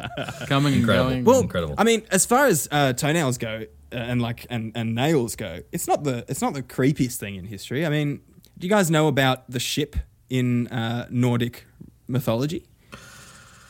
[SPEAKER 3] everyone. Coming
[SPEAKER 2] Incredible.
[SPEAKER 3] and going.
[SPEAKER 2] Well- Incredible.
[SPEAKER 1] I mean, as far as uh, toenails go, uh, and like and, and nails go, it's not the it's not the creepiest thing in history. I mean, do you guys know about the ship in uh, Nordic mythology?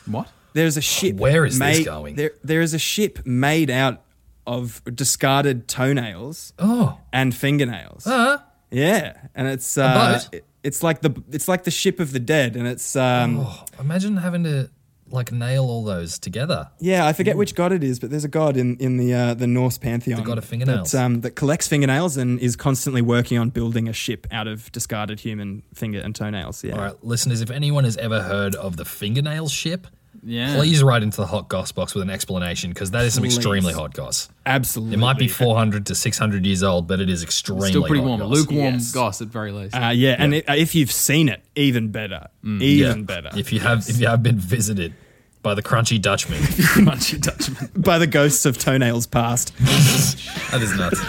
[SPEAKER 3] what?
[SPEAKER 1] There's a ship.
[SPEAKER 2] Where is this
[SPEAKER 1] made-
[SPEAKER 2] going?
[SPEAKER 1] There, there is a ship made out of discarded toenails
[SPEAKER 2] Oh,
[SPEAKER 1] and fingernails.
[SPEAKER 2] uh,
[SPEAKER 1] Yeah, and it's uh,
[SPEAKER 2] boat?
[SPEAKER 1] it- it's like the it's like the ship of the dead, and it's um,
[SPEAKER 2] Oh. imagine having to like nail all those together.
[SPEAKER 1] Yeah, I forget which god it is, but there's a god in in the uh, the Norse pantheon,
[SPEAKER 2] Mm. The god of fingernails.
[SPEAKER 1] that, um, that collects fingernails and is constantly working on building a ship out of discarded human finger and toenails. Yeah,
[SPEAKER 2] All right, listeners, if anyone has ever heard of the fingernail ship,
[SPEAKER 3] Yeah.
[SPEAKER 2] please write into the hot goss box with an explanation because that is some extremely hot goss.
[SPEAKER 1] absolutely.
[SPEAKER 2] It might be 400 to 600 years old, but it is extremely
[SPEAKER 3] Still pretty
[SPEAKER 2] hot
[SPEAKER 3] warm.
[SPEAKER 2] goss.
[SPEAKER 3] Lukewarm
[SPEAKER 1] Yes.
[SPEAKER 3] goss at very least.
[SPEAKER 1] Uh, yeah, and it, if you've seen it, even better,
[SPEAKER 2] Mm,
[SPEAKER 1] even better.
[SPEAKER 2] If you have if you have been visited by the crunchy Dutchman,
[SPEAKER 3] Crunchy Dutchman.
[SPEAKER 1] By the ghosts of toenails past.
[SPEAKER 2] that is nuts.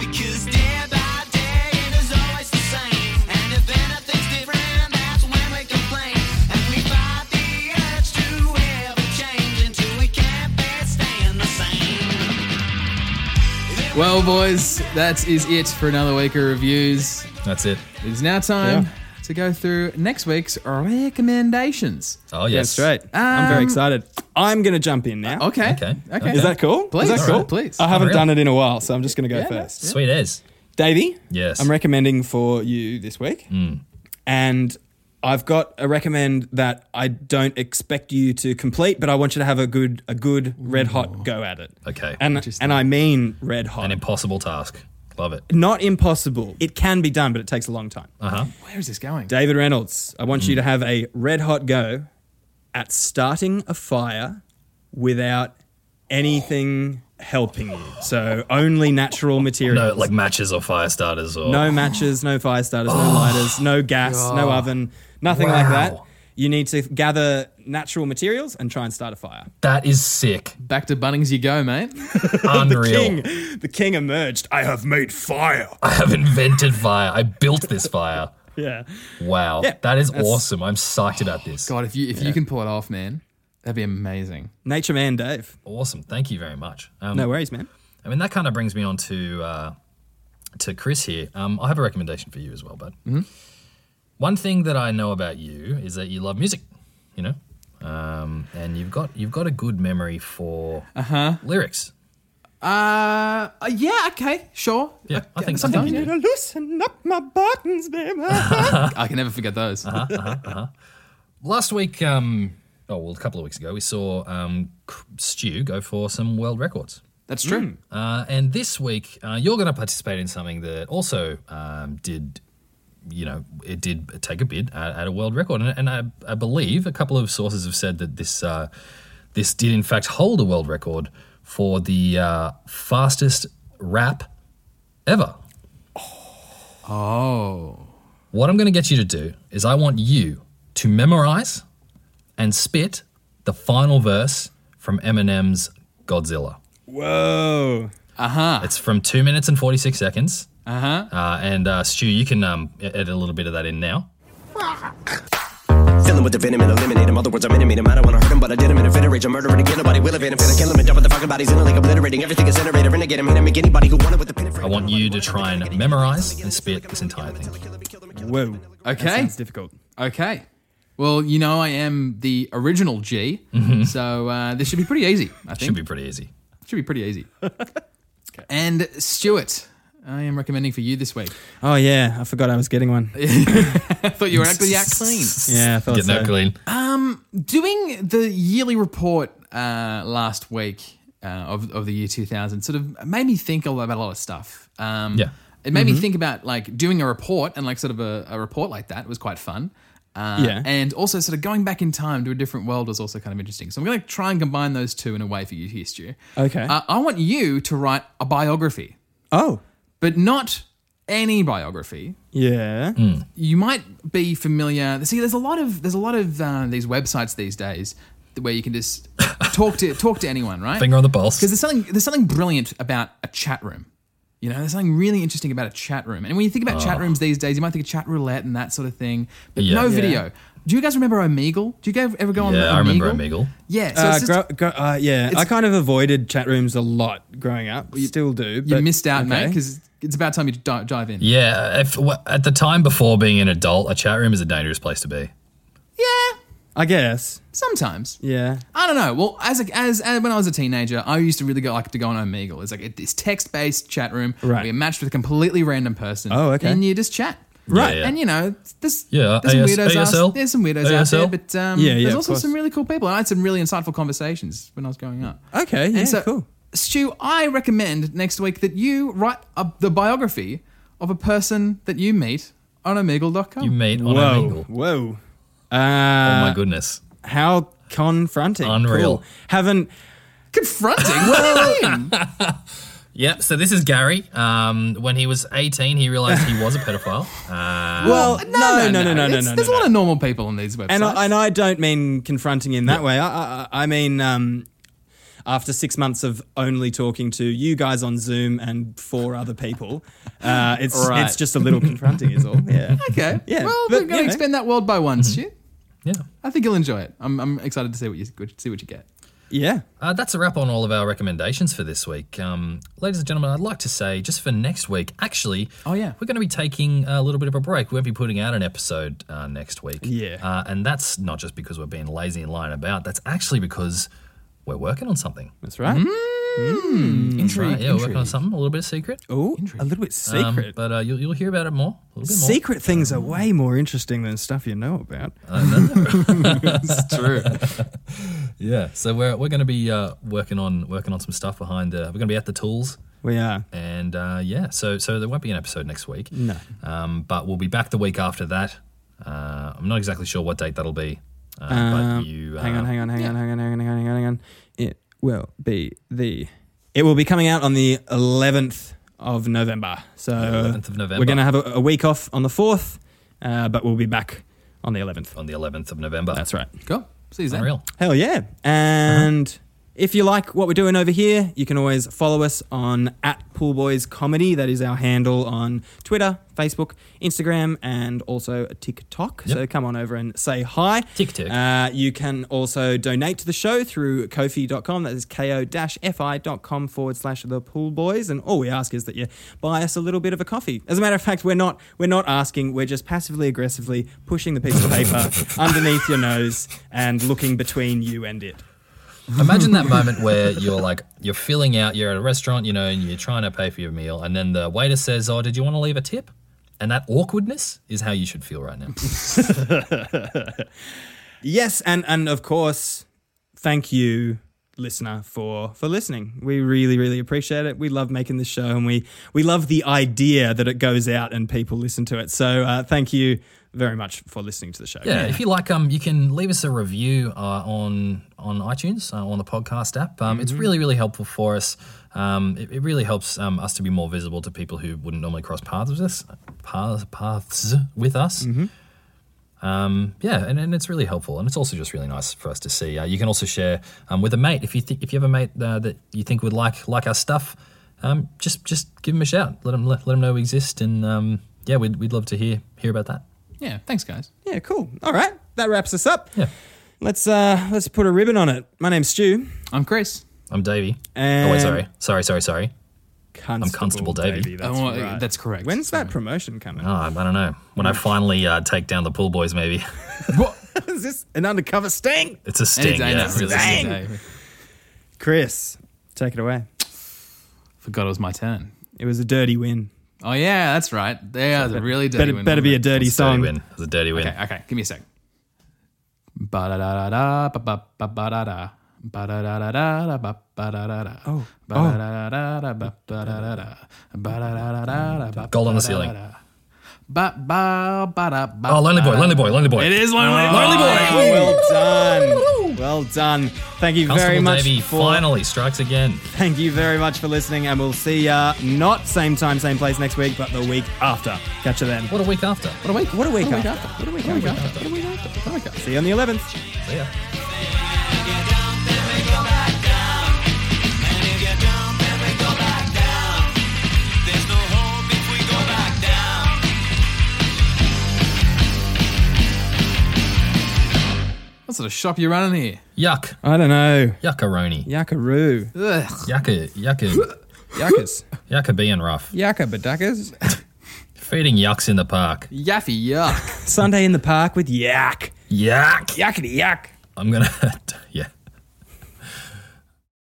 [SPEAKER 4] Because day by day it is always the same. And if anything's different, that's when we complain. And we fight the urge to ever change until we can't bear staying the same.
[SPEAKER 3] Well, boys, that is it for another week of reviews.
[SPEAKER 2] That's it.
[SPEAKER 3] It is now time
[SPEAKER 1] Yeah.
[SPEAKER 3] to go through next week's recommendations.
[SPEAKER 2] Oh yes,
[SPEAKER 1] That's right. I'm
[SPEAKER 3] Um,
[SPEAKER 1] very excited. I'm going to jump in now.
[SPEAKER 3] Okay.
[SPEAKER 2] Okay.
[SPEAKER 3] Okay.
[SPEAKER 1] Is that cool?
[SPEAKER 3] Please.
[SPEAKER 1] Is that cool?
[SPEAKER 3] Alright, please.
[SPEAKER 1] I haven't
[SPEAKER 2] Unreal.
[SPEAKER 1] done it in a while, so I'm just going to go
[SPEAKER 3] Yeah, no.
[SPEAKER 1] first.
[SPEAKER 2] Sweet as.
[SPEAKER 1] Davey,
[SPEAKER 2] Yes.
[SPEAKER 1] I'm recommending for you this week,
[SPEAKER 3] Mm.
[SPEAKER 1] and I've got a recommend that I don't expect you to complete, but I want you to have a good a good red hot go at it.
[SPEAKER 2] Okay.
[SPEAKER 1] and and I mean red
[SPEAKER 2] An
[SPEAKER 1] hot,
[SPEAKER 2] impossible task. Love it.
[SPEAKER 1] not impossible. It can be done, but it takes a long time.
[SPEAKER 2] Uh-huh.
[SPEAKER 3] Where is this going?
[SPEAKER 1] David Reynolds, I want you to have a red hot go at starting a fire without anything helping you. So only natural
[SPEAKER 2] No,
[SPEAKER 1] materials.
[SPEAKER 2] like matches or fire starters or
[SPEAKER 1] No matches, no fire starters, no lighters, no gas, no oven, nothing like that.
[SPEAKER 2] Wow.
[SPEAKER 1] You need to gather natural materials and try and start a fire.
[SPEAKER 2] That is sick.
[SPEAKER 3] Back to Bunnings you go, mate.
[SPEAKER 2] Unreal.
[SPEAKER 1] King, the king emerged. I have made fire.
[SPEAKER 2] I have invented fire. I built this fire.
[SPEAKER 1] Yeah.
[SPEAKER 2] Wow.
[SPEAKER 1] Yeah,
[SPEAKER 2] that is
[SPEAKER 1] that's-
[SPEAKER 2] awesome. I'm psyched about this.
[SPEAKER 3] God, if you if you can pull it off, man, that'd be amazing.
[SPEAKER 1] Nature man Dave.
[SPEAKER 2] Awesome. Thank you very much. Um,
[SPEAKER 1] No worries, man.
[SPEAKER 2] I mean, that kind of brings me on to uh, to Chris here. Um, I have a recommendation for you as well, bud.
[SPEAKER 1] Mm-hmm.
[SPEAKER 2] One thing that I know about you is that you love music, you know, um, and you've got you've got a good memory for
[SPEAKER 1] Uh-huh.
[SPEAKER 2] uh lyrics.
[SPEAKER 3] Uh, uh, yeah, okay, sure.
[SPEAKER 2] Yeah,
[SPEAKER 3] Okay,
[SPEAKER 2] I think I
[SPEAKER 3] sometimes
[SPEAKER 2] think you do.
[SPEAKER 1] loosen up my buttons, baby.
[SPEAKER 3] I can never forget those.
[SPEAKER 2] Last week, um, oh well, a couple of weeks ago, we saw um, C- Stu go for some world records.
[SPEAKER 3] That's true.
[SPEAKER 2] Uh, and this week, uh, you're going to participate in something that also um, did, you know, it did take a bid at, at a world record. And, and I, I believe a couple of sources have said that this uh, this did in fact hold a world record for the uh, fastest rap ever.
[SPEAKER 3] Oh,
[SPEAKER 2] What I'm going to get you to do is I want you to memorize and spit the final verse from Eminem's Godzilla.
[SPEAKER 1] Whoa.
[SPEAKER 2] It's from two minutes and 46 seconds.
[SPEAKER 3] uh
[SPEAKER 1] Uh-huh.
[SPEAKER 3] huh.
[SPEAKER 2] Uh, and uh, Stu, you can um, e- edit a little bit of that in now.
[SPEAKER 5] Fill him with the venom and eliminate him. Other words, I'm enemy. him. I don't want to hurt him, but I did him in a fit of rage. I'm murdering again. Nobody will evade him. Finna kill him and dump the fucking bodies in the lake, obliterating everything is generated. Renegade him, hit him, make anybody who wanted with the pin and
[SPEAKER 2] I want you to try and memorize and spit this entire thing.
[SPEAKER 1] Whoa. That
[SPEAKER 3] Okay.
[SPEAKER 1] sounds difficult.
[SPEAKER 3] Okay. Well, you know I am the original G, so uh, this should be pretty easy. I think
[SPEAKER 2] Should be pretty easy.
[SPEAKER 3] should be pretty easy. And Stuart, I am recommending for you this week.
[SPEAKER 1] Oh, yeah. I forgot I was getting one.
[SPEAKER 3] I thought you were actually act clean.
[SPEAKER 1] Yeah, I thought
[SPEAKER 2] Get
[SPEAKER 1] so.
[SPEAKER 2] that clean.
[SPEAKER 3] Doing the yearly report uh, last week uh, of of the year 2000 sort of made me think a lot about a lot of stuff. Um,
[SPEAKER 2] Yeah.
[SPEAKER 3] It made me
[SPEAKER 1] Mm-hmm.
[SPEAKER 3] think about like doing a report and like sort of a, a report like that was quite fun. Uh,
[SPEAKER 1] Yeah.
[SPEAKER 3] And also sort of going back in time to a different world was also kind of interesting. So I'm going to try and combine those two in a way for you here, Stu.
[SPEAKER 1] Okay.
[SPEAKER 3] Uh, I want you to write a biography,
[SPEAKER 1] Oh,
[SPEAKER 3] but not any biography,
[SPEAKER 1] yeah.
[SPEAKER 3] you might be familiar. See, there's a lot of there's a lot of uh, these websites these days where you can just talk to talk to anyone, right?
[SPEAKER 2] Finger on the pulse.
[SPEAKER 3] Because there's something there's something brilliant about a chat room. You know, there's something really interesting about a chat room. And when you think about chat rooms these days, you might think of chat roulette and that sort of thing, but
[SPEAKER 2] Oh. Yeah.
[SPEAKER 3] no
[SPEAKER 2] Yeah.
[SPEAKER 3] video. Do you guys remember Omegle? Do you guys ever go on?
[SPEAKER 2] Yeah,
[SPEAKER 3] Omegle?
[SPEAKER 2] I remember Omegle.
[SPEAKER 3] Yeah, so
[SPEAKER 1] Uh,
[SPEAKER 3] it's just,
[SPEAKER 1] gro- gro- uh, yeah, I kind of avoided chat rooms a lot growing up. Still do.
[SPEAKER 3] you
[SPEAKER 1] but-
[SPEAKER 3] missed out, mate,
[SPEAKER 1] okay.
[SPEAKER 3] because it's about time you di- dive in.
[SPEAKER 2] Yeah, if, w- at the time before being an adult, a chat room is a dangerous place to be.
[SPEAKER 3] yeah
[SPEAKER 1] I guess.
[SPEAKER 3] sometimes.
[SPEAKER 1] Yeah.
[SPEAKER 3] I don't know. Well, as a, as, as when I was a teenager, I used to really go, like to go on Omegle. It's like it- this text based chat room.
[SPEAKER 1] Right.
[SPEAKER 3] We're matched with a completely random person.
[SPEAKER 1] Oh, okay.
[SPEAKER 3] And you just chat.
[SPEAKER 2] Right. Yeah, yeah.
[SPEAKER 3] And you know, there's
[SPEAKER 2] Yeah,
[SPEAKER 3] there's some
[SPEAKER 2] AS
[SPEAKER 3] weirdos
[SPEAKER 2] ASL.
[SPEAKER 3] out, there's some weirdos
[SPEAKER 2] ASL.
[SPEAKER 3] out there, but um,
[SPEAKER 1] Yeah, yeah,
[SPEAKER 3] there's
[SPEAKER 1] of
[SPEAKER 3] also
[SPEAKER 1] course.
[SPEAKER 3] some really cool people. And I had some really insightful conversations when I was growing up.
[SPEAKER 1] Okay. Oh, Yeah,
[SPEAKER 3] and so,
[SPEAKER 1] cool.
[SPEAKER 3] Stu, I recommend next week that you write a, the biography of a person that you meet on Omegle.com.
[SPEAKER 2] You meet on
[SPEAKER 1] Whoa.
[SPEAKER 2] Omegle.
[SPEAKER 1] Whoa. Uh,
[SPEAKER 2] Oh my goodness.
[SPEAKER 1] How confronting.
[SPEAKER 2] Unreal.
[SPEAKER 1] Cool. Haven't.
[SPEAKER 3] Confronting? what do you mean?
[SPEAKER 2] Yeah, so this is Gary. Um, when he was 18, he realized he was a pedophile. Uh,
[SPEAKER 1] Well, no, no, no, no, no, no.
[SPEAKER 3] It's-
[SPEAKER 1] no,
[SPEAKER 3] There's
[SPEAKER 1] no.
[SPEAKER 3] a lot of normal people on these websites.
[SPEAKER 1] And I, and I don't mean confronting in that way. I, I, I mean, um, after six months of only talking to you guys on Zoom and four other people, uh, it's
[SPEAKER 3] Right.
[SPEAKER 1] it's just a little confronting, is all. Yeah.
[SPEAKER 3] Okay.
[SPEAKER 1] Yeah,
[SPEAKER 3] Well, we're going
[SPEAKER 1] but, you
[SPEAKER 3] to
[SPEAKER 1] know. Mm-hmm.
[SPEAKER 3] expand that world by one, Stu.
[SPEAKER 2] yeah.
[SPEAKER 3] I think you'll enjoy it. I'm, I'm excited to see what you what- see what you get.
[SPEAKER 1] Yeah.
[SPEAKER 2] Uh, that's a wrap on all of our recommendations for this week. Um, ladies and gentlemen, I'd like to say just for next week, actually,
[SPEAKER 3] Oh, yeah.
[SPEAKER 2] we're going to be taking a little bit of a break. We won't be putting out an episode uh, next week.
[SPEAKER 1] Yeah.
[SPEAKER 2] Uh, and that's not just because we're being lazy and lying about, that's actually because we're working on something.
[SPEAKER 1] That's right.
[SPEAKER 2] Mm-hmm. Intrigue. yeah, we're working on something, a little bit of secret.
[SPEAKER 1] Oh, Mm-hmm. a little bit
[SPEAKER 2] Um,
[SPEAKER 1] secret.
[SPEAKER 2] but uh, you'll, you'll hear about it more, a little bit more.
[SPEAKER 1] secret things are way more interesting than stuff you know about.
[SPEAKER 2] Uh,
[SPEAKER 3] It's true.
[SPEAKER 2] Yeah. So we're, we're going to be uh, working on working on some stuff behind. Uh, we're going to be at the tools.
[SPEAKER 1] we are.
[SPEAKER 2] And uh, yeah, so so there won't be an episode next week. No. Um, but we'll be back the week after that. Uh, I'm not exactly sure what date that'll be. Uh,
[SPEAKER 1] Um,
[SPEAKER 2] but you, uh,
[SPEAKER 1] hang on, hang on, hang on, hang on, hang on, hang on, hang on, hang on. It will be the. It will be coming out on the 11th of November. So
[SPEAKER 2] 11th of November.
[SPEAKER 1] we're going to have a, a week off on the 4th, uh, but we'll be back on the 11th.
[SPEAKER 2] on the 11th of November.
[SPEAKER 1] That's right.
[SPEAKER 3] Cool. See you then.
[SPEAKER 2] unreal.
[SPEAKER 1] Hell yeah. And if you like what we're doing over here, you can always follow us on at Pool Boys Comedy. That is our handle on Twitter, Facebook, Instagram, and also TikTok.
[SPEAKER 2] Yep.
[SPEAKER 1] So come on over and say hi.
[SPEAKER 2] TikTok.
[SPEAKER 1] Uh, you can also donate to the show through kofi.com. That is ko-fi.com forward slash the pool boys. And all we ask is that you buy us a little bit of a coffee. As a matter of fact, we're not we're not asking, we're just passively aggressively pushing the piece of paper underneath your nose and looking between you and it.
[SPEAKER 2] Imagine that moment where you're like, you're filling out, you're at a restaurant, you know, and you're trying to pay for your meal, and then the waiter says, "Oh, did you want to leave a tip?" And that awkwardness is how you should feel right now.
[SPEAKER 1] Yes, and and of course, thank you, listener, for for listening. We really, really appreciate it. We love making this show, and we we love the idea that it goes out and people listen to it. So uh, thank you very much for listening to the show.
[SPEAKER 2] Yeah, if you like, um, you can leave us a review uh, on on iTunes uh, on the podcast app. Um, It's really really helpful for us. Um, it, it really helps um, us to be more visible to people who wouldn't normally cross paths with us. Paths, paths with us. Um, yeah, and, and it's really helpful, and it's also just really nice for us to see. Uh, you can also share um, with a mate if you think if you have a mate uh, that you think would like like our stuff. Um, just just give them a shout. Let them let, let 'em know we exist, and um, yeah, we'd we'd love to hear hear about that.
[SPEAKER 3] Yeah. Thanks, guys.
[SPEAKER 1] yeah, cool. All right, that wraps us up.
[SPEAKER 2] Yeah.
[SPEAKER 1] Let's uh let's put a ribbon on it. My name's Stu.
[SPEAKER 3] I'm Chris.
[SPEAKER 2] I'm Davey. oh
[SPEAKER 1] And-
[SPEAKER 2] wait, sorry, sorry, sorry, sorry.
[SPEAKER 1] Constable
[SPEAKER 2] Constable Davey.
[SPEAKER 1] that's,
[SPEAKER 3] Oh,
[SPEAKER 1] right.
[SPEAKER 3] that's correct.
[SPEAKER 1] When's that promotion coming?
[SPEAKER 2] Oh, I I don't know. When I finally uh, take down the pool boys, maybe
[SPEAKER 3] What?
[SPEAKER 2] Oh.
[SPEAKER 1] Is this an undercover sting?
[SPEAKER 2] it's a
[SPEAKER 3] Any
[SPEAKER 2] sting.
[SPEAKER 3] day
[SPEAKER 2] Yeah,
[SPEAKER 3] now.
[SPEAKER 2] it really is.
[SPEAKER 3] Any
[SPEAKER 1] Dang.
[SPEAKER 3] day.
[SPEAKER 1] Chris, take it away.
[SPEAKER 3] Forgot it was my turn.
[SPEAKER 1] It was a dirty win.
[SPEAKER 3] Oh yeah, that's right. They are the really dirty.
[SPEAKER 1] Better,
[SPEAKER 3] win,
[SPEAKER 1] better
[SPEAKER 3] wasn't
[SPEAKER 1] be
[SPEAKER 3] it?
[SPEAKER 1] a dirty
[SPEAKER 2] It's a dirty
[SPEAKER 1] song.
[SPEAKER 2] win. It's a dirty win.
[SPEAKER 3] Okay, okay. Give me a sec. Ba da da da da ba ba ba ba da da. Ba da da da da da ba ba da da da.
[SPEAKER 1] Oh,
[SPEAKER 3] Ba
[SPEAKER 1] oh.
[SPEAKER 3] da da da da ba ba da da da. Ba da da da da da ba.
[SPEAKER 2] Gold on
[SPEAKER 3] ba da
[SPEAKER 2] the ceiling.
[SPEAKER 3] da da. Ba ba ba da ba.
[SPEAKER 2] Oh, lonely
[SPEAKER 3] ba
[SPEAKER 2] boy,
[SPEAKER 3] da.
[SPEAKER 2] lonely boy, lonely boy.
[SPEAKER 3] It is lonely. Lonely
[SPEAKER 1] Oh,
[SPEAKER 3] boy.
[SPEAKER 1] well done. Well done. Thank you
[SPEAKER 2] Constable
[SPEAKER 1] very much.
[SPEAKER 2] Davey
[SPEAKER 1] for,
[SPEAKER 2] finally strikes again.
[SPEAKER 1] Thank you very much for listening, and we'll see ya not same time, same place next week, but the week after. Catch you then.
[SPEAKER 2] What a week after.
[SPEAKER 1] a week. What a week
[SPEAKER 3] What do we
[SPEAKER 1] after.
[SPEAKER 3] got? What do we got? What do we got? What do we got? What do we got?
[SPEAKER 1] See you on the 11th.
[SPEAKER 2] See ya.
[SPEAKER 4] And if you don't, then we go back down. There's no hope if we go back down.
[SPEAKER 3] What sort of shop you running here?
[SPEAKER 2] Yuck.
[SPEAKER 1] I don't know.
[SPEAKER 2] Yuckaroni.
[SPEAKER 1] Yakaroo.
[SPEAKER 3] Ugh.
[SPEAKER 2] Yucka, yucka,
[SPEAKER 1] Yakas.
[SPEAKER 2] yucka being rough.
[SPEAKER 1] Yaka badakas.
[SPEAKER 2] Feeding yucks in the park.
[SPEAKER 3] Yaffy yuck.
[SPEAKER 1] Sunday in the park with yak.
[SPEAKER 2] Yuck.
[SPEAKER 1] Yakety yak.
[SPEAKER 2] I'm gonna